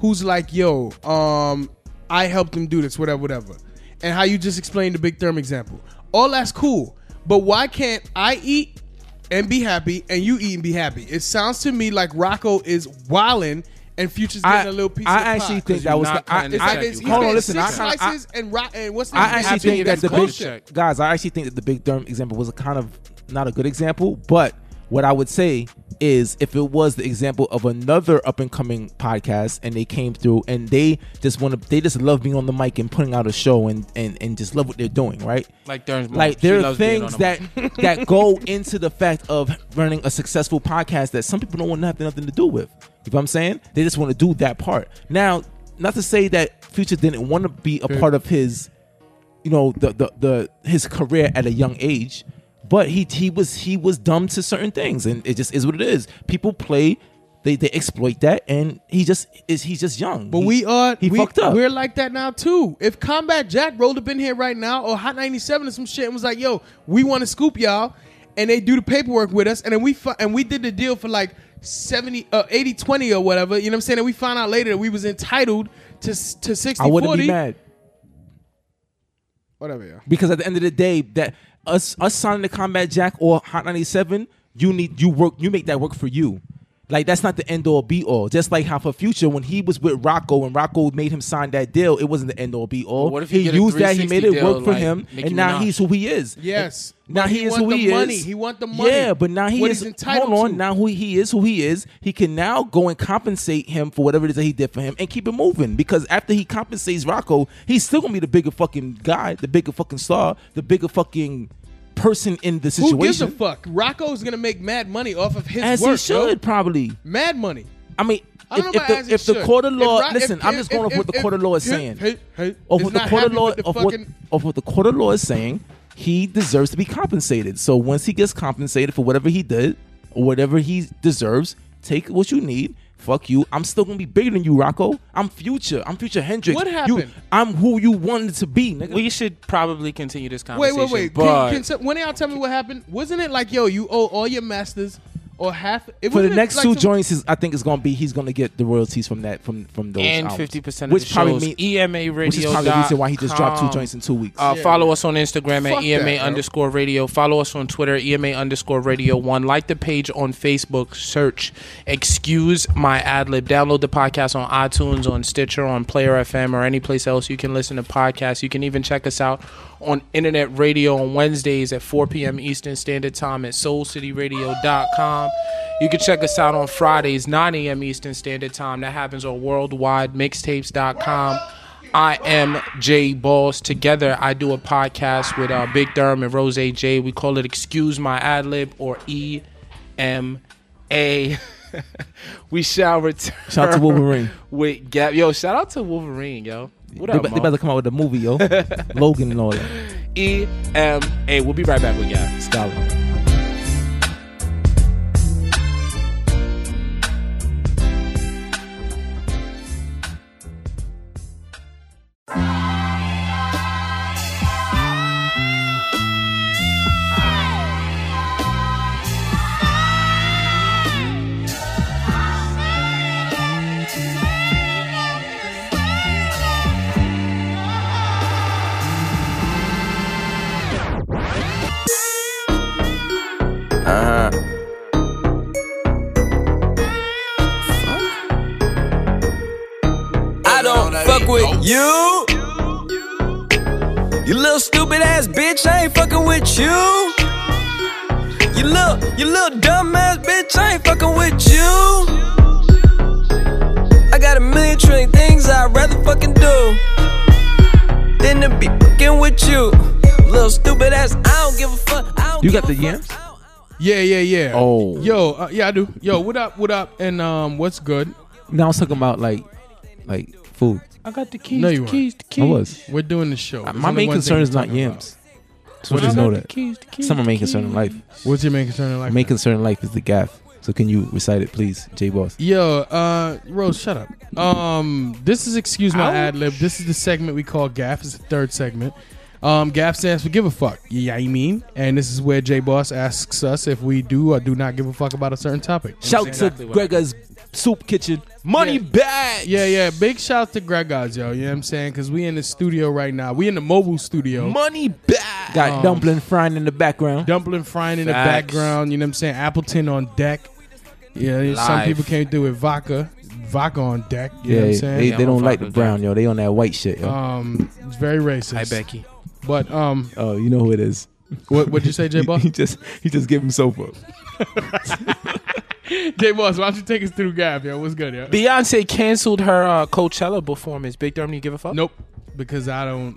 who's like, yo, um, I helped him do this, whatever, whatever, and how you just explained the Big Therm example, all that's cool. But why can't I eat and be happy, and you eat and be happy? It sounds to me like Rocco is wildin' and Future's getting
I-
a little piece.
I
of the
actually
pie.
think that
you're
was
not
the, I,
cutting
It's
the
I,
like
check.
it's,
You
he
hold
paid
on, listen. I
Six
kind of, I,
slices and rock and what's the
I actually think that the
culture.
big guys. I actually think that the big Durham example was a kind of not a good example, but what I would say is if it was the example of another up and coming podcast and they came through and they just want to they just love being on the mic and putting out a show and and and just love what they're doing, right?
Like Durham's mom.
like
She
there are
loves being on
things
the
that
*laughs*
that go into the fact of running a successful podcast that some people don't want to have nothing to do with. You know what I'm saying? They just want to do that part. Now, not to say that Future didn't want to be a part of his, you know, the, the the his career at a young age, but he he was he was dumb to certain things, and it just is what it is. People play. They, they exploit that and he just is he's just young.
But
He-
we are
he
we,
fucked up.
We're like that now too. If Combat Jack rolled up in here right now or Hot 97 or some shit and was like, "Yo, we want to scoop y'all," and they do the paperwork with us, and then we fi- and we did the deal for like 70 uh, 80 20 or whatever, you know what I'm saying? And we found out later that we was entitled to s- to 60
I wouldn't
40.
be mad.
Whatever, yeah.
Because at the end of the day, that us us signing the Combat Jack or Hot 97, you need you work you make that work for you. Like that's not the end all be all. Just like how for Future, when he was with Rocco and Rocco made him sign that deal, it wasn't the end all be all.
But what if he get a
used that, he
360
made it
deal
work for
like
him,
Nicki
and now
Minaj?
he's who he is.
Yes.
And now
But
he,
he
is
want
who he
the
is.
money. He want the money.
Yeah, but now he
What
is.
he's entitled
hold on,
to.
now who he is, who he is, he can now go and compensate him for whatever it is that he did for him, and keep it moving. Because after he compensates Rocco, he's still gonna be the bigger fucking guy, the bigger fucking star, the bigger fucking person in the situation.
Who gives a fuck? Rocco's going to make mad money off of his
As
work.
he should
yo.
probably.
Mad money.
I mean,
I
if,
don't know
if
about as
the,
he
if the
should.
court of
If
law,
Ro-
listen,
if-
I'm just
if-
going with
if-
what the
if-
court of law is
hey,
saying.
hey, hey,
Of
is
what the
not
court of
happy
law,
with the
of what,
fucking-
of what the court of law is saying, he deserves to be compensated. So once he gets compensated for whatever he did, or whatever he deserves, take what you need. Fuck you. I'm still gonna be bigger than you, Rocco. I'm future. I'm future Hendrix.
What
You-
happened?
I'm who you wanted to be, nigga.
We should probably continue this
Wait,
conversation.
wait, wait.
But
Can, can, some- when y'all tell me what happened? Wasn't it like, yo, you owe all your masters or half? It,
for the
wasn't it
next
like
two
some-
joints, is, I think it's gonna be he's gonna get the royalties from that from from those
and
albums.
fifty percent of
which
the
probably
shows.
mean-
EMA Radio.
which is probably the reason why he just dropped two joints in two weeks.
Uh, Follow us on Instagram
Fuck
at EMA
that, bro.
underscore radio. Follow us on Twitter, EMA underscore radio one. Like the page on Facebook. Search Excuse My Ad Lib. Download the podcast on iTunes, on Stitcher, on Player FM, or any place else you can listen to podcasts. You can even check us out on internet radio on Wednesdays at 4 p.m. Eastern Standard Time at soulcityradio.com. You can check us out on Fridays, 9 a.m. Eastern Standard Time. That happens on worldwidemixtapes.com. I am Jay Balls. Together, I do a podcast with uh, Big Durham and Rose J. We call it Excuse My Ad Lib or E EMA. *laughs* we shall return.
Shout out to Wolverine.
*laughs* With Gap. Yo, shout out to Wolverine, yo. What
They,
up,
be- they
Mo?
better come out with a movie,
*laughs*
yo. Logan and all that.
EMA. E We'll be right back with Gap.
Scholar.
Uh-huh. I don't fuck with you. You little stupid ass bitch, I ain't fucking with you. You little, you little dumb ass bitch, I ain't fucking with you. I got a million trillion things I'd rather fucking do than to be fucking with you. Little stupid ass, I don't give a fuck. I don't
You
give
got the
a fuck.
yams?
I don't-
Yeah, yeah, yeah.
Oh.
yo, uh, yeah, I do. Yo, what up? What up? And um, what's good?
Now I was talking about like, like food.
I got the keys,
No,
the
you weren't.
keys, the
I
keys.
was.
We're doing the show. There's
my
only
main
one
concern
thing
is
we're
not
talking about.
yams. So just know that. It's not my main concern in life.
What's your main concern in life?
Main concern in life is the gaff. So can you recite it, please, J Boss?
Yo, uh, Rose, shut up. Um, this is excuse my ad lib. This is the segment we call Gaff. It's the third segment. Um, Gaff stands for give a fuck. Yeah, you mean? And this is where J Boss asks us if we do or do not give a fuck about a certain topic.
Shout to Gregor's Soup Kitchen. Money bag.
Yeah, yeah. Big shout to Greg guys, yo. You know what I'm saying? Because we in the studio right now. We in the mobile studio.
Money bag. Oh. Got
Um,
dumpling frying in the background.
Dumpling frying in the
Facts.
background. You know what I'm saying? Appleton on deck. Yeah, some
Live.
people can't do it. Vodka, vodka on deck. You know
yeah,
what I'm
they,
saying?
Yeah,
they
I'm
don't
a
like the
fucker,
brown, yo. They on that white shit, yo.
um, it's very racist.
Hi, Becky.
But um, *laughs*
oh, you know who it is.
what what'd you say, J Boss?
*laughs* He just he just gave himself up.
J Boss, why don't you take us through Gav, yo? What's good, yo?
Beyonce canceled her uh, Coachella performance. Big Durham, you give a fuck?
nope, because I don't.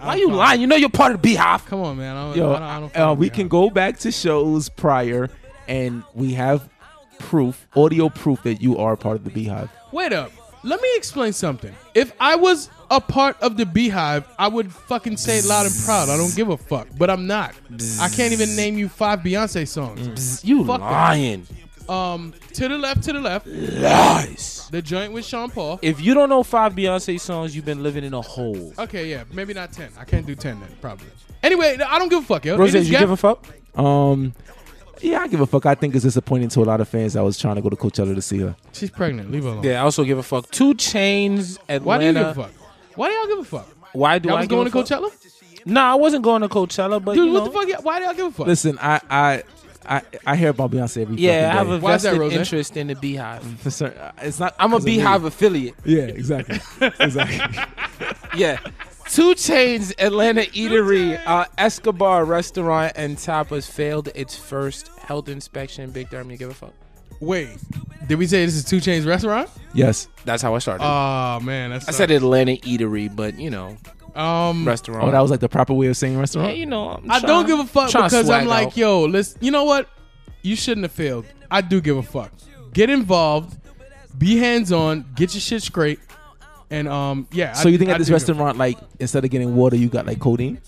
I
Why
don't
you
follow-
lying? You know you're part of the Beehive.
Come on, man. I don't,
Yo,
I don't, I don't
uh,
follow
we
Gav.
can go back to shows prior, and we have proof, audio proof that you are part of the Beehive.
Wait up. Let me explain something. If I was a part of the Beehive, I would fucking say it loud and proud. I don't give a fuck, but I'm not. I can't even name you five Beyonce songs.
You
Fuck that.
lying.
Um, to the left, to the left. Lies. The joint with Sean Paul.
If you don't know five Beyonce songs, you've been living in a hole.
Okay, yeah, maybe not ten. I can't do ten then, probably. Anyway, I don't give a fuck, yo.
Rose,
It is
you
Gav-
give a fuck?
Um, yeah, I give a fuck. I think it's disappointing to a lot of fans. I was trying to go to Coachella to see her.
She's pregnant. Leave her alone.
Yeah, I also give a fuck. Two Chains, Atlanta.
Why do you give a fuck? Why do y'all give a fuck?
Why do
Y'all
I
was
give
going
a
to
fuck?
Coachella?
Nah, I wasn't going to Coachella, but
Dude,
you
what
know,
the fuck? y'all- Why do y'all give a fuck?
Listen, I I I, I hear about Beyonce every
Yeah, I have
fucking
a
day.
Why is that,
vested
Rose?
interest in the *laughs* Beehive.
For certain- uh, it's not.
I'm a
'cause of me.
Beehive affiliate.
*laughs* Yeah, exactly. exactly.
Yeah. Two Chains Atlanta Eatery, uh, Escobar Restaurant, and Tapas failed its first health inspection. Big Durham, you give a fuck?
Wait, did we say this is Two Chains Restaurant?
yes.
That's how I started.
Oh man, that's
I said Atlanta Eatery, but you know,
Um,
restaurant.
Oh, that was like the proper way of saying
Yeah,
restaurant.
you know, I'm
I don't
tryna-
give a fuck
tryna
because
swag
I'm like,
out.
yo, listen, you know what? You shouldn't have failed. I do give a fuck. Get involved, be hands on, get your shit straight, and um, yeah.
So
I-
you think
I
at this
do give-
restaurant, like instead of getting water, you got like codeine,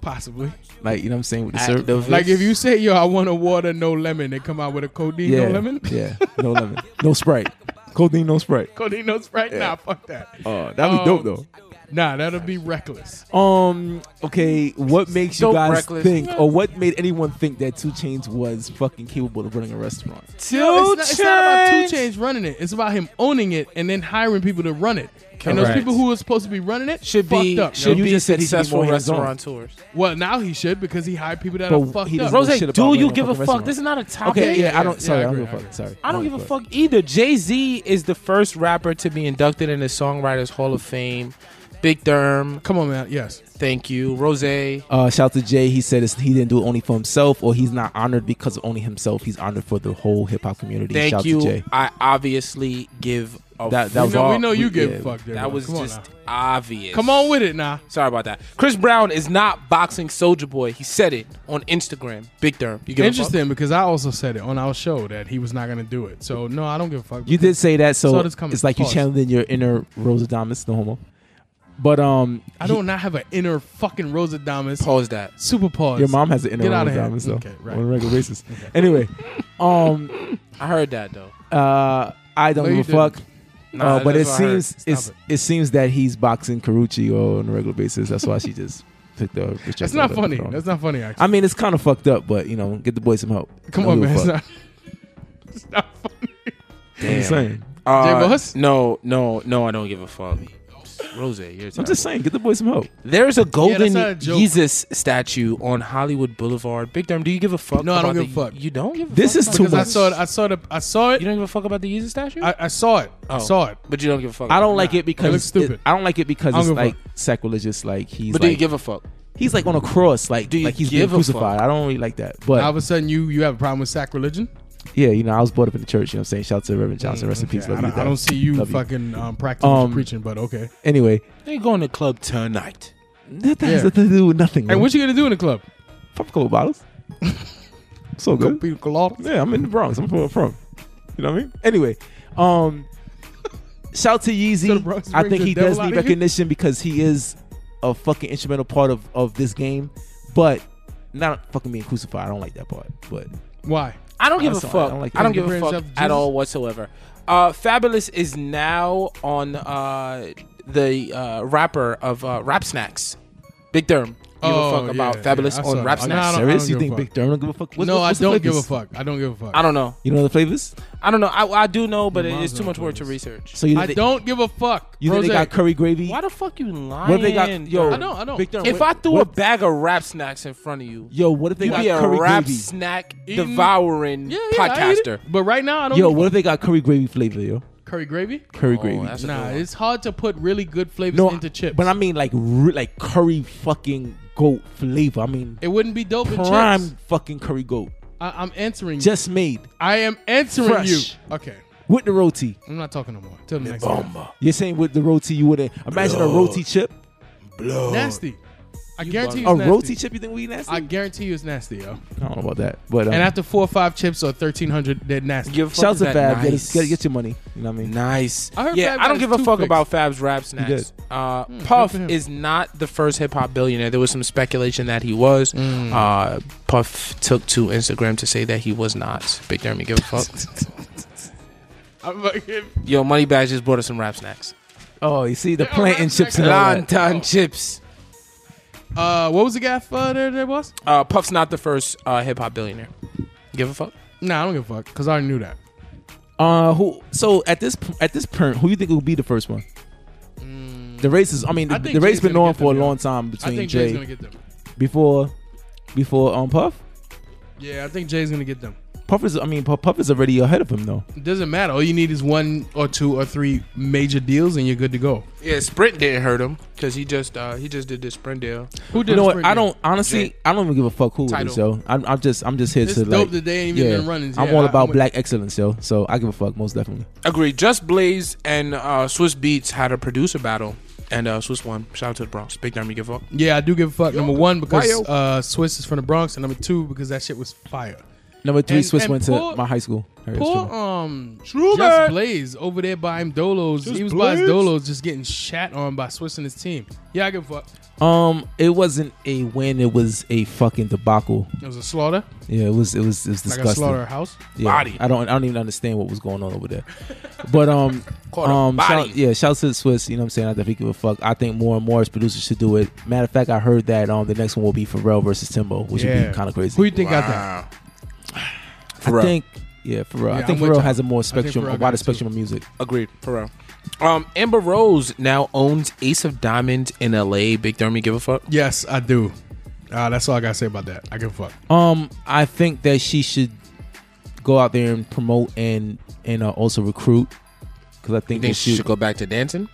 possibly?
like you know what I'm saying with the syrup.
Activist.
Like if you say, yo, I want a water, no lemon, they come out with a codeine,
yeah,
no lemon,
yeah, no lemon, no Sprite, codeine, no
*laughs*
Sprite.
codeine, no sprite. Nah, fuck that.
Oh, that'd be
Um,
dope though.
Nah, that'll be reckless.
Um. Okay. What makes you
So
guys
reckless.
think, or what made anyone think that Two Chains was fucking capable of running a restaurant?
No,
Two
it's, not, it's not about
Chainz.
Two Chains running it. It's about him owning it and then hiring people to run it. And those
Correct.
people who are supposed to be running it
should
fucked
be
up.
should
yo.
You
be
just said he should be
successful
more hands-on.
restaurateurs.
well, now he should because he hired people that
But
are fucked
he
up.
doesn't
Rose,
know shit about
do you
running a
give a
fucking
fuck?
restaurant.
This is not a topic.
Okay. Yeah. I don't.
yeah,
sorry.
I
I, don't
agree,
give a
I
fuck. Sorry.
I don't give a fuck either. Jay Z is the first rapper to be inducted in the Songwriters Hall of Fame. Big Derm,
Come on, man. Yes.
thank you. Rose, yeah,
Uh, shout to Jay. He said it's, he didn't do it only for himself, or he's not honored because of only himself. He's honored for the whole hip hop community.
thank
shout
you.
to Jay.
I obviously give a
That- that
fuck.
was
We know,
all-
we know you
we-
give
yeah,
a fuck. There,
That
bro.
was
Come on
just
now.
obvious.
Come on with it now.
Sorry about that. Chris Brown is not boxing Soldier Boy. He said it on Instagram. Big Derm. You give a fuck?
Interesting, because I also said it on our show that he was not going to do it. So no, I don't give a fuck.
You did say that,
Saw
so
this coming.
it's like
Pause.
you channeled in your inner Rosadamus, no homo. But um,
I do not have an inner fucking Rosadamus.
Pause that.
Super pause.
your mom has an inner
Get outta here.
Rosadamus though
Okay, right.
on
*laughs*
a regular basis. Anyway, um,
I heard that though.
uh, I don't
No, you
give a fuck.
Nah,
uh, but it
that's what I heard.
seems it's,
Stop
it. seems that he's boxing Carucci on a regular basis. That's why she just
*laughs*
picked up.
That's not funny. That's not funny. Actually,
I mean, it's kind of fucked up, but you know, get the boy some help.
come
Don't
on,
give
man.
a
It's
fuck.
not, *laughs* it's not funny.
Damn.
I'm saying.
Uh,
Jay Boss?
No, no, no. I don't give a fuck. Rose, you're
I'm just saying, get the boy some help.
There's a golden
not a joke.
Jesus statue on Hollywood Boulevard. Big Derm, do you give a fuck?
No, I don't
about
give
the-
a fuck.
You don't give. A
This
fuck
is
about
too
the-
Because I
much.
saw it. I saw it. I saw
You
it.
don't give a fuck about the Jesus statue.
I, I saw it. I
Oh.
saw it.
but you don't give a fuck.
I
about
don't like
it.
it because
looks
it-
stupid.
I don't like it because
I don't
it's
give a
like sacrilegious. Like he's
But do you
like
give a fuck?
he's like on a cross. Like
Do you
like he's
give
being
a
crucified. I don't really like that. But
All of a sudden, you you have a problem with sacrilegion.
yeah, you know, I was brought up in the church. You know, what I'm saying, shout out to Reverend Johnson. Rest in peace.
Yeah,
Love
Mm, I,
you
don't,
to
I don't
death.
see you
Love you.
fucking um, practicing what you're
Um,
preaching, but okay.
Anyway,
They going to club tonight.
that, that
Yeah.
has nothing to do with nothing.
Hey,
Man.
what you gonna do in the club?
pop a
*laughs*
couple bottles. so
Go
good.
pina coladas?
Yeah, I'm in the Bronx. I'm from from. You know what I mean? Anyway,
*laughs*
um, shout to
So the
Yeezy.
Bronx
I
brings
think
the
he does
devil out
need
of you?
recognition because he is a fucking instrumental part of of this game, but not fucking being crucified. I don't like that part, but
Why?
I don't give a
That's all. I
fuck. I
don't like it.
don't, give a
Comparing
fuck
yourself to
at
Jesus?
all whatsoever. Uh, Fabulous is now on uh, the uh, rapper of uh, Rap Snacks, Big Derm. Give
Oh,
a fuck about
yeah,
Fabulous
yeah, I saw
on Rap
that.
Snacks.
I don't- I
serious?
don't
You
give a
think
fuck.
Big Durham don't give a fuck? What-
no, I
what's the
don't give a fuck.
flavors?
I don't give a fuck.
I don't know.
You know the flavors?
I don't know. I, I do know, but it
Mine's
is too
not
much work to
Fabulous.
research.
So you
I
think-
don't give a fuck.
You know they
Rosé.
got curry gravy?
Why the fuck you lying?
What if they got yo?
Derm?
I don't- I don't.
Big Durham,
If
what-
I threw
what-
a bag of Rap Snacks in front of you,
yo, what if they
you'd
got
be a
curry
Rap
gravy?
Snack
Eating-
devouring
yeah, yeah, I eat it.
podcaster.
But right now, I don't.
Yo,
give a
what if they got curry gravy flavor? Yo,
fuck. curry gravy?
curry
Oh,
gravy.
that's a
Nah,
good one.
it's hard to put really good flavors
No,
into chips.
but I mean like re- like curry fucking goat flavor. I mean
it wouldn't be dope in
prime
chips.
fucking curry goat,
I, I'm answering. you.
just made
I am answering
Fresh.
you. Okay,
with the roti.
I'm not talking no more. Till the next time.
You're saying with the roti, you wouldn't imagine a roti chip.
Nasty. I guarantee you
A
it's nasty.
roti chip, you think we nasty?
I guarantee you it's nasty, yo.
I don't know about that, but um,
And after four or five chips or thirteen hundred, they're nasty.
Give a fuck
shout out
is
to
that
Fab, get, his-
nice?
get get your money. You know what
*laughs*
I mean?
Nice.
I heard
yeah,
Fab
I don't
got his
give a fuck
toothpicks.
about Fab's rap
did.
snacks. Uh,
good
Puff
for him.
is not the first hip hop billionaire. There was some speculation that he was. Uh, Puff took to Instagram to say that he was not. Big Jeremy, give a fuck.
I'm like, *laughs* yo,
Yo, Moneybag just brought us some rap snacks.
Oh,
*laughs*
you see the
Yeah,
plantain
right,
chips and all that.
Lantan chips.
uh, what was the gaff uh, there, there, boss?
Uh, Puff's not the first uh, hip hop billionaire. Give a fuck.
Nah, I don't give a fuck because I already knew that.
Uh, who? So at this p- at this point, who you think will be the first one? The race is. I mean, the,
Mm. I think
the race
Jay's
been
gonna
on
get
for a
them, yo.
long time
I
between
think
Jay
Jay's gonna get them.
before before um Puff.
Yeah, I think Jay's gonna get them.
Puff is. I mean, Puff, Puff is already ahead of him though.
It doesn't matter. All you need is one or two or three major deals, and you're good to go.
Yeah, Sprint didn't hurt him because he just uh, he just did this Sprint deal.
Who did?
You know what?
Sprint
I
deal?
don't honestly. I don't even give a fuck who it
Title.
is, yo. I'm, I'm just. I'm just here
It's
to
dope
like.
that they ain't even in runnings.
I'm
Yeah,
all
I- I'm
about
with-
black excellence, yo. So I give a fuck most definitely.
Agreed. Just Blaze and uh, Swiss Beats had a producer battle, and uh, Swiss won. Shout out to the Bronx. Big Jeremy, give a fuck.
Yeah, I do give a fuck. Number one because
why yo?
uh, Swiss is from the Bronx, and number two because that shit was fire.
Number three,
And-
Swiss
and
went
poor-
to my high school. Harriet
Poor
Stroman.
um,
man.
just Blaze over there by him Dolos. he was by his
Blaze?
Dolos, just getting shat on by Swiss and his team. Yeah, I give a fuck.
Um, it wasn't a win. It was a fucking debacle.
It was a slaughter,
Yeah, it was. It was. It was
like
disgusting.
a slaughterhouse.
Yeah,
Body.
I don't. I don't even understand what was going on over there.
*laughs*
But um,
Called a
um,
body.
shout, yeah, shout out to the Swiss. You know what I'm saying? I definitely give a fuck. I think more and more producers should do it. Matter of fact, I heard that um, the next one will be Pharrell versus Timbo, which would
Yeah.
be kind of
Who
crazy.
you think got that?
I think. Yeah, Pharrell.
Yeah,
I think
I'm with
Pharrell
you.
has a more
think
spectrum,
Pharrell
a
got it
wider spectrum of music.
Agreed. For real. Um, Amber Rose now owns Ace of Diamonds in LA. Big Dermy, give a fuck.
Yes, I do. Uh, that's all I gotta say about that. I give a fuck.
Um, I think that she should go out there and promote and and uh, also recruit because I think,
You think
that
she should go back to dancing?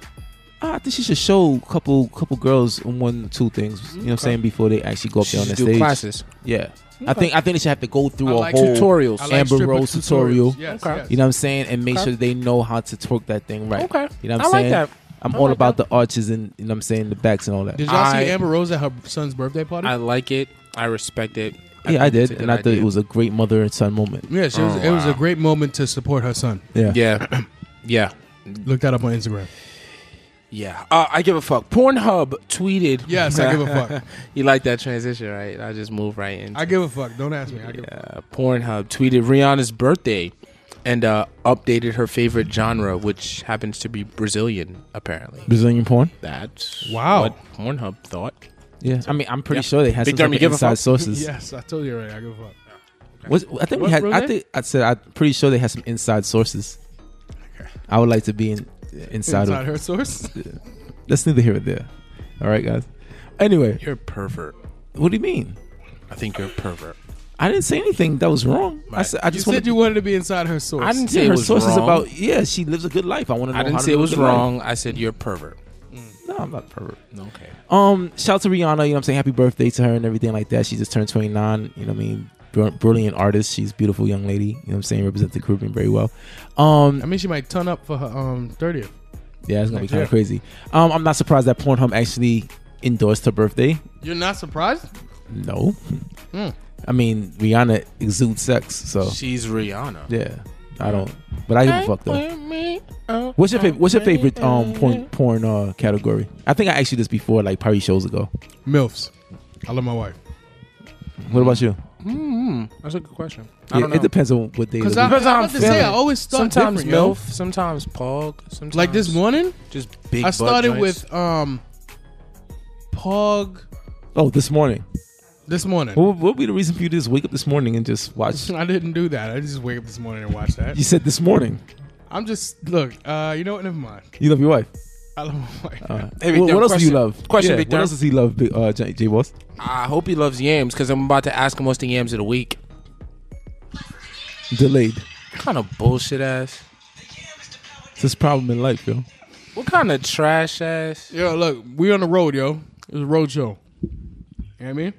"Ah, I think she should show a couple couple girls on one two things. You know what I'm saying before they actually go up
She
there on
should
the
do
stage.
classes.
Yeah, I think I think they should have to go through
I
a
like
whole
tutorials. I
like
Amber
stripper
Rose
tutorials.
tutorial.
Yes,
Okay.
yes.
You know what I'm saying, and make
Okay.
sure that they know how to twerk that thing right.
Okay.
you know what
I
I'm
like
saying.
that.
I'm
I
all
like
about the arches and you know what I'm saying the backs and all that.
Did y'all
I-
see Amber Rose at her son's birthday party?
I like it. I respect it.
yeah, I did,
think it's a
and
good
I thought it
idea.
was a great mother and son moment.
yeah, she was,
Oh,
it was a
wow.
great moment to support her son.
Yeah, *clears throat* yeah,
Look that up on Instagram.
yeah. Uh, I give a fuck. Pornhub tweeted.
Yes, I give a
*laughs*
fuck.
you like that transition, right? I just moved right into.
I give a fuck. Don't ask me. I give a
uh, Pornhub tweeted Rihanna's birthday and uh, updated her favorite genre, which happens to be Brazilian, apparently.
Brazilian porn.
That's
Wow.
what Pornhub thought.
Yeah, I mean, I'm pretty
Yeah.
sure they had some
Big
type
Dermy,
of
give a
inside
fuck. *laughs*
sources.
Yes, I told you already. I give a fuck.
Was, I think
What
we had. I
really?
think I said I'm pretty sure they had some inside sources. I would like to be in, inside,
Inside
of.
her source.
That's neither here nor there. All right, guys. Anyway,
You're a pervert.
what do you mean?
I think you're a pervert.
I didn't say anything that was wrong. I
Right.
said I
You
just
said
wanted
you wanted to be inside her source.
I
Yeah,
didn't say it
her
was
sources
wrong.
about yeah she lives a good life. I want to know.
I
how
didn't
to
say it
live a
was
good life.
wrong. I said you're a pervert.
No, I'm not a pervert.
Okay.
Um, shout out to Rihanna. You know what I'm saying? Happy birthday to her and everything like that. She just turned 29. You know what I mean? Br- Brilliant artist. She's a beautiful young lady. You know what I'm saying? Represent the Caribbean very well. Um,
I mean, she might turn up for her um thirtieth.
yeah, it's gonna be
Next
kind
year.
of crazy. Um, I'm not surprised that Pornhub actually endorsed her birthday.
You're not surprised?
No, *laughs*
Hmm.
I mean Rihanna exudes sex, so
Oh. She's Rihanna.
yeah, I don't. But I give a fuck though.
though.
What's your favorite? What's your favorite um porn porn uh, category? I think I asked you this before, like probably shows ago.
Milfs. I love my wife.
What about you?
That's a good question.
Yeah, It depends on what day. of
Because
the
I,
week.
I'm about
I'm
to say, I
feeling-
always start
Sometimes
different, yo.
MILF, sometimes POG, sometimes
Like this morning,
just big.
I
butt
started
joints.
with um, Pog
Oh, this morning.
this morning.
What what would be the reason for you to just wake up this morning and just
*laughs*
watch?
I didn't do that. I just wake up this morning and watch that.
You said this morning.
I'm just look. Uh, you know what? Never mind. *laughs*
You love your wife.
I love my wife.
All right.
Hey,
what
Victor,
what else do you
question-
love?
question,
yeah,
Victor.
What else does he love, Big- uh, J, J Boss?
I hope he loves yams because I'm about to ask him what's the yams of the week.
Delayed.
What kind of bullshit ass?
It's his problem in life, yo.
What kind of trash ass?
Yo, look, we on the road, yo. It's a road show. You know what I mean?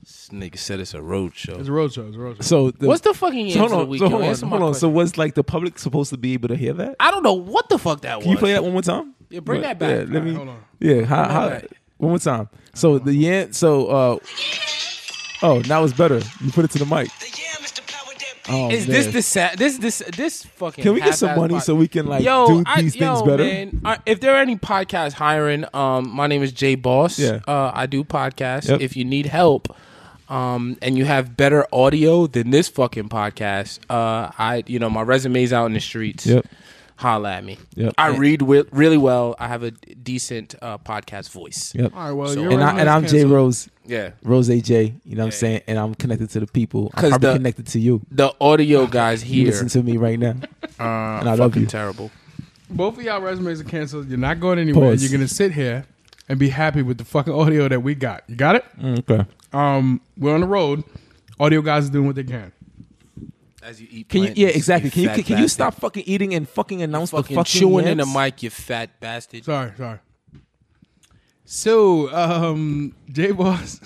This nigga said it's a road show.
It's a road show. It's a road show.
So the,
What's the fucking
so
yams
hold
of the
on,
week?
so
yo?
hold on,
Answer my
hold on.
question.
So was like the public supposed to be able to hear that?
I don't know what the fuck that was.
Can you play that one more time?
Yeah, bring
What-
that back.
Yeah, let me.
hold on.
Yeah, how, how,
back.
one more time. So the yeah, so uh, oh, now it's better. You put it to the mic. Oh,
Is
man.
this the sa- this this this fucking?
Can we get some
half-ass
money
pod-
so we can like
yo,
do
I-
these
yo,
things better?
Man, I, if there are any podcasts hiring, um, my name is Jay Boss.
Yeah.
uh, I do podcasts.
Yep.
If you need help, um, and you have better audio than this fucking podcast, uh, I you know my resume's out in the streets.
Yep.
Holla at me.
Yep.
I read wi- really well. I have a d- decent uh, podcast voice.
Yep.
All right, well,
So-
you're
And I and I'm J Rose,
Yeah.
Rose J. You know what I'm saying? And I'm connected to the people. I'm
'Cause
probably
the-
connected to you.
The audio guys
*laughs* You
here
listen to me right now.
are
and I love
fucking
you.
terrible.
Both of y'all resumes are canceled. You're not going anywhere.
Pause.
You're gonna sit here and be happy with the fucking audio that we got. You got it?
Mm, Okay.
Um, we're on the road. Audio guys are doing what they can.
As you eat
Can you?
plantains,
Yeah, exactly. Can you?
fat
Can, can you
bastard.
stop fucking eating and fucking announce
fucking,
the fucking
chewing in the
yams?
mic, you fat bastard.
Sorry, sorry. So, um, *laughs* J Boss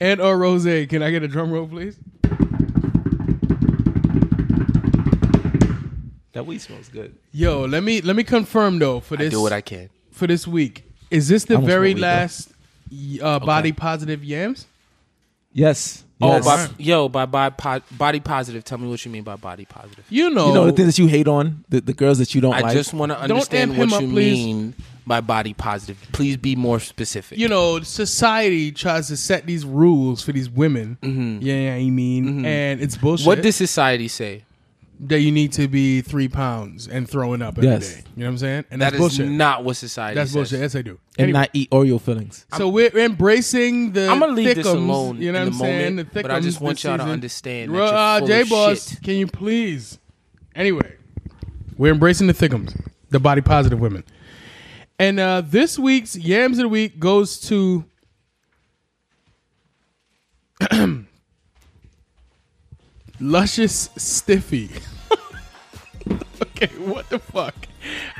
and or Rose, can I get a drum roll, please?
That weed smells good.
Yo, let me let me confirm though for
I
this
do what I can.
for this week. Is this the
I'm gonna
very
smoke weed, though.
last y- uh, body positive yams?
Yes.
Oh,
Yes.
by, yo, by, by po- body positive. Tell me what you mean by body positive.
You know,
you know the things that you hate on the, the girls that you don't
I
like.
just want to understand
amp him
what
up,
you
please.
mean by body positive. Please be more specific.
you know, society tries to set these rules for these women. Yeah, I mean, and it's bullshit.
Mm-hmm. what does society say?
that you need to be three pounds and throwing up every day?
Yes.
You know what I'm saying? And that's
That is
bullshit.
not what society
that's
says.
bullshit. Yes, I do.
and
Anyway,
not eat Oreo fillings.
so we're embracing the.
I'm gonna leave this
thickums,
alone
You know
in
what I'm
the
saying?
moment,
the
but I just
thickums
want
this
y'all to
season.
understand that
Ru-
you're
uh,
full of
J Boss,
shit.
can you please? Anyway, we're embracing the thickums, the body positive women, and uh, this week's yams of the week goes to. *clears throat* *laughs* Luscious Stiffy. okay, what the fuck?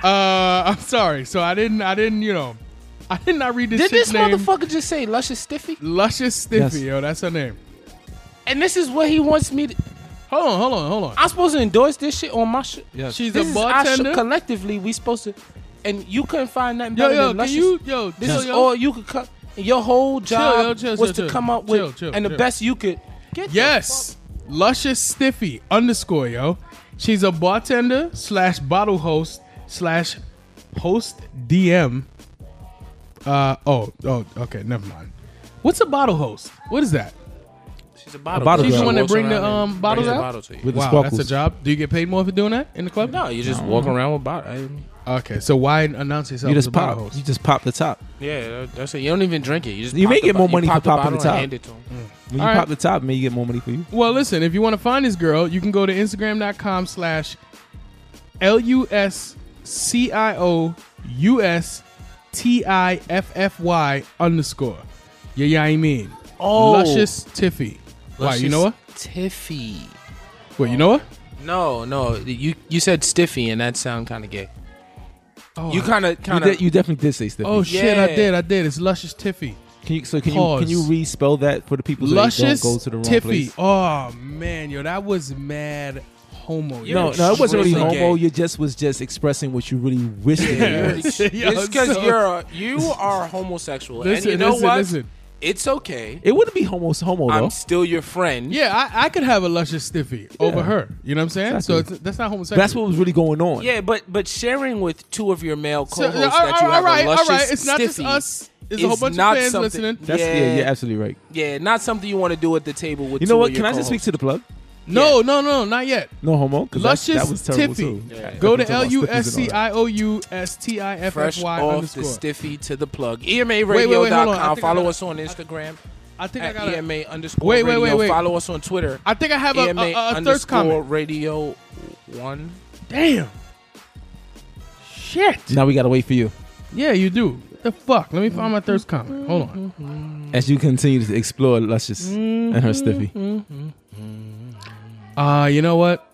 Uh, I'm sorry. So I didn't. I didn't. You know, I did not read this.
Did
chick's
this
name.
motherfucker just say Luscious Stiffy?
Luscious Stiffy?
Yes.
Yo, that's her name.
And this is what he wants me to.
Hold on. Hold on. Hold on.
I'm supposed to endorse this shit on my shit.
Yes.
She's
this
a
is our shit.
bartender.
collectively, we supposed to. And you couldn't find nothing
Yo,
better
yo,
than
can
Luscious.
you? Yo,
This
chill,
is
yo.
all you could come. Your whole job
yo, chill,
was
chill,
to
chill.
come up with,
Chill, chill,
and the
chill.
best you could get. the
Yes, luscious stiffy underscore yo. She's a bartender slash bottle host slash host DM. Uh oh oh okay never mind. What's a bottle host? What is that?
fuck- She's a bottle.
bottle
girl.
girl. She's the
one that
Walks
bring the,
around and
um, bottles
brings the
out?
bottle to you.
With the
wow,
sparkles.
that's a job. Do you get paid more for doing that in the club?
No, you just walk around with bottles.
Okay, so why announce yourself
You
as
just
a bottle
pop. You
host?
just pop the top.
Yeah, that- that's it. You don't even drink it. You just
You
pop
may
the
get
bo-
more
you
money
pop
for popping
bottle
the
and
top.
hand it to 'em.
When you
All right.
pop the top, maybe you get more money for you.
Well, listen, if you want to find this girl, you can go to Instagram.com slash L U S C I O U S T I F F Y underscore. Yeah, yeah, I mean.
Oh.
Luscious Tiffy. Why, you know what?
Tiffy.
Wait, you know what?
No, no. You you said stiffy, and that sound kind of gay.
Oh,
You kind of
You,
kind
did,
of.
you definitely did say Stephanie.
oh shit, I
Yeah.
did, I did. It's Luscious Tiffy.
Can you, so can
Pause.
you can you re-spell that for the people so
Oh, Luscious
they don't go to the wrong
Tiffy.
place?
Oh, man, yo, that was mad homo. yo.
No, no, it wasn't really
Extremely
homo.
gay.
You just was just expressing what you really
*laughs*
wish to hear.
It's
Yo,
because
so-
you're a, you are homosexual,
Listen,
and you know
listen,
what?
listen.
It's okay.
It wouldn't be homo homo though.
I'm still your friend.
Yeah, I, I could have a luscious stiffy over her. You know what I'm saying? So
Exactly.
it's, that's not homosexual.
That's what was really going on.
Yeah, but but sharing with two of your male
So,
co-hosts
all-
that you
all
have
right, all
a luscious
right. It's not just
stiffy
us. There's a
is
whole bunch of
not
fans
something-
listening.
That's yeah. yeah, you're absolutely right.
Yeah, not something you want to do at the table with.
You know
two
what?
Of
Can
your
I just speak to the plug?
No, no, no, not yet.
No homo. 'cause that's-
Luscious
that was terrible
Tiffy.
too.
Go to
Talking
L
about
U
stiffies
S
and all
C
that.
I O U S T I F
fresh
F Y
off the
underscore.
stiffy to the plug. E
wait, wait, hold on. I
EMARadio.com.
think I
Follow
gotta-
us on Instagram
I think I
at
got. a-
EMA underscore
Wait, wait,
radio.
wait, wait.
Follow us on Twitter.
I think I have a,
EMA
a, a thirst
E underscore
comment.
radio one.
Damn. Shit.
Now we gotta wait for you
Yeah, you do. The fuck? Let me find my thirst comment. Hold on.
as you continue to explore Luscious and
Mm-hmm.
her Stiffy.
Uh, you know what?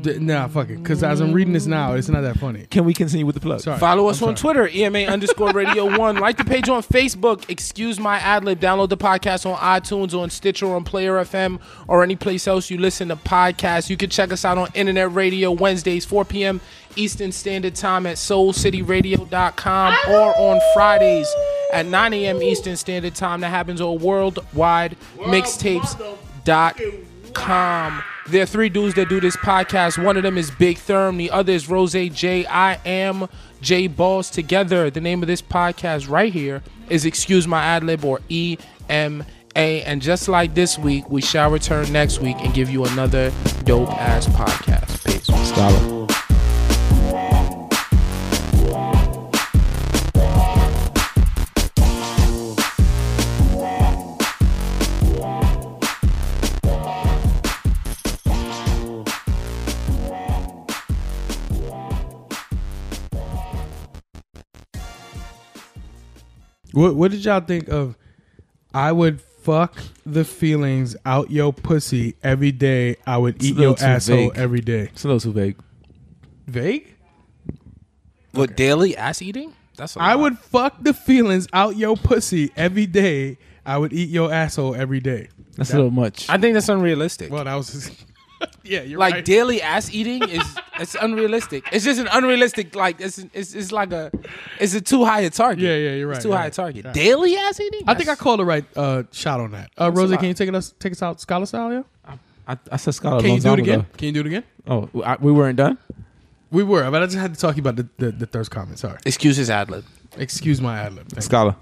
D- nah, fuck it. Because as I'm reading this now, it's not that funny.
Can we continue with the plug?
Sorry.
Follow us
I'm
on
sorry.
Twitter, EMA
*laughs*
underscore radio one. Like the page on Facebook, excuse my ad lib. Download the podcast on iTunes, on Stitcher, on Player FM, or any place else you listen to podcasts. You can check us out on Internet Radio Wednesdays, 4 p.m. Eastern Standard Time at soulcityradio.com or on Fridays at 9 a.m. Eastern Standard Time. That happens on worldwide mixtapes.com. There are three dudes that do this podcast. One of them is Big Therm. The other is Rose J. I am J Balls. Together, the name of this podcast right here is Excuse My Ad Lib or EMA. And just like this week, we shall return next week and give you another dope ass podcast. Peace.
Stop it.
What What did y'all think of? I would fuck the feelings out your pussy every day. I would
a
eat
little
your
too
asshole
vague.
every day.
It's a little too vague.
Vague.
What daily ass eating? That's a
I
lot.
would fuck the feelings out your pussy every day. I would eat your asshole every day.
That's a little much.
I think that's unrealistic.
Well, that was. *laughs* yeah, you're
like
right.
daily ass eating is it's unrealistic. It's just an unrealistic like it's it's, it's like a it's a too high a target.
Yeah, yeah, you're right,
It's too
you're
high a
right,
target.
you're right.
Daily ass eating.
I think I
That's-
called the right uh, shot on that. Uh, Rosie,
lot.
can you take us take us out scholar style? Yeah.
I, I said scholar. a
Can
long
you do it
time
again?
ago.
Can you do it again?
Oh, I, we weren't done.
We were, but I just had to talk about the the, the thirst comment. Sorry.
excuse his ad lib.
Excuse my ad lib. Thank you.
Scholar.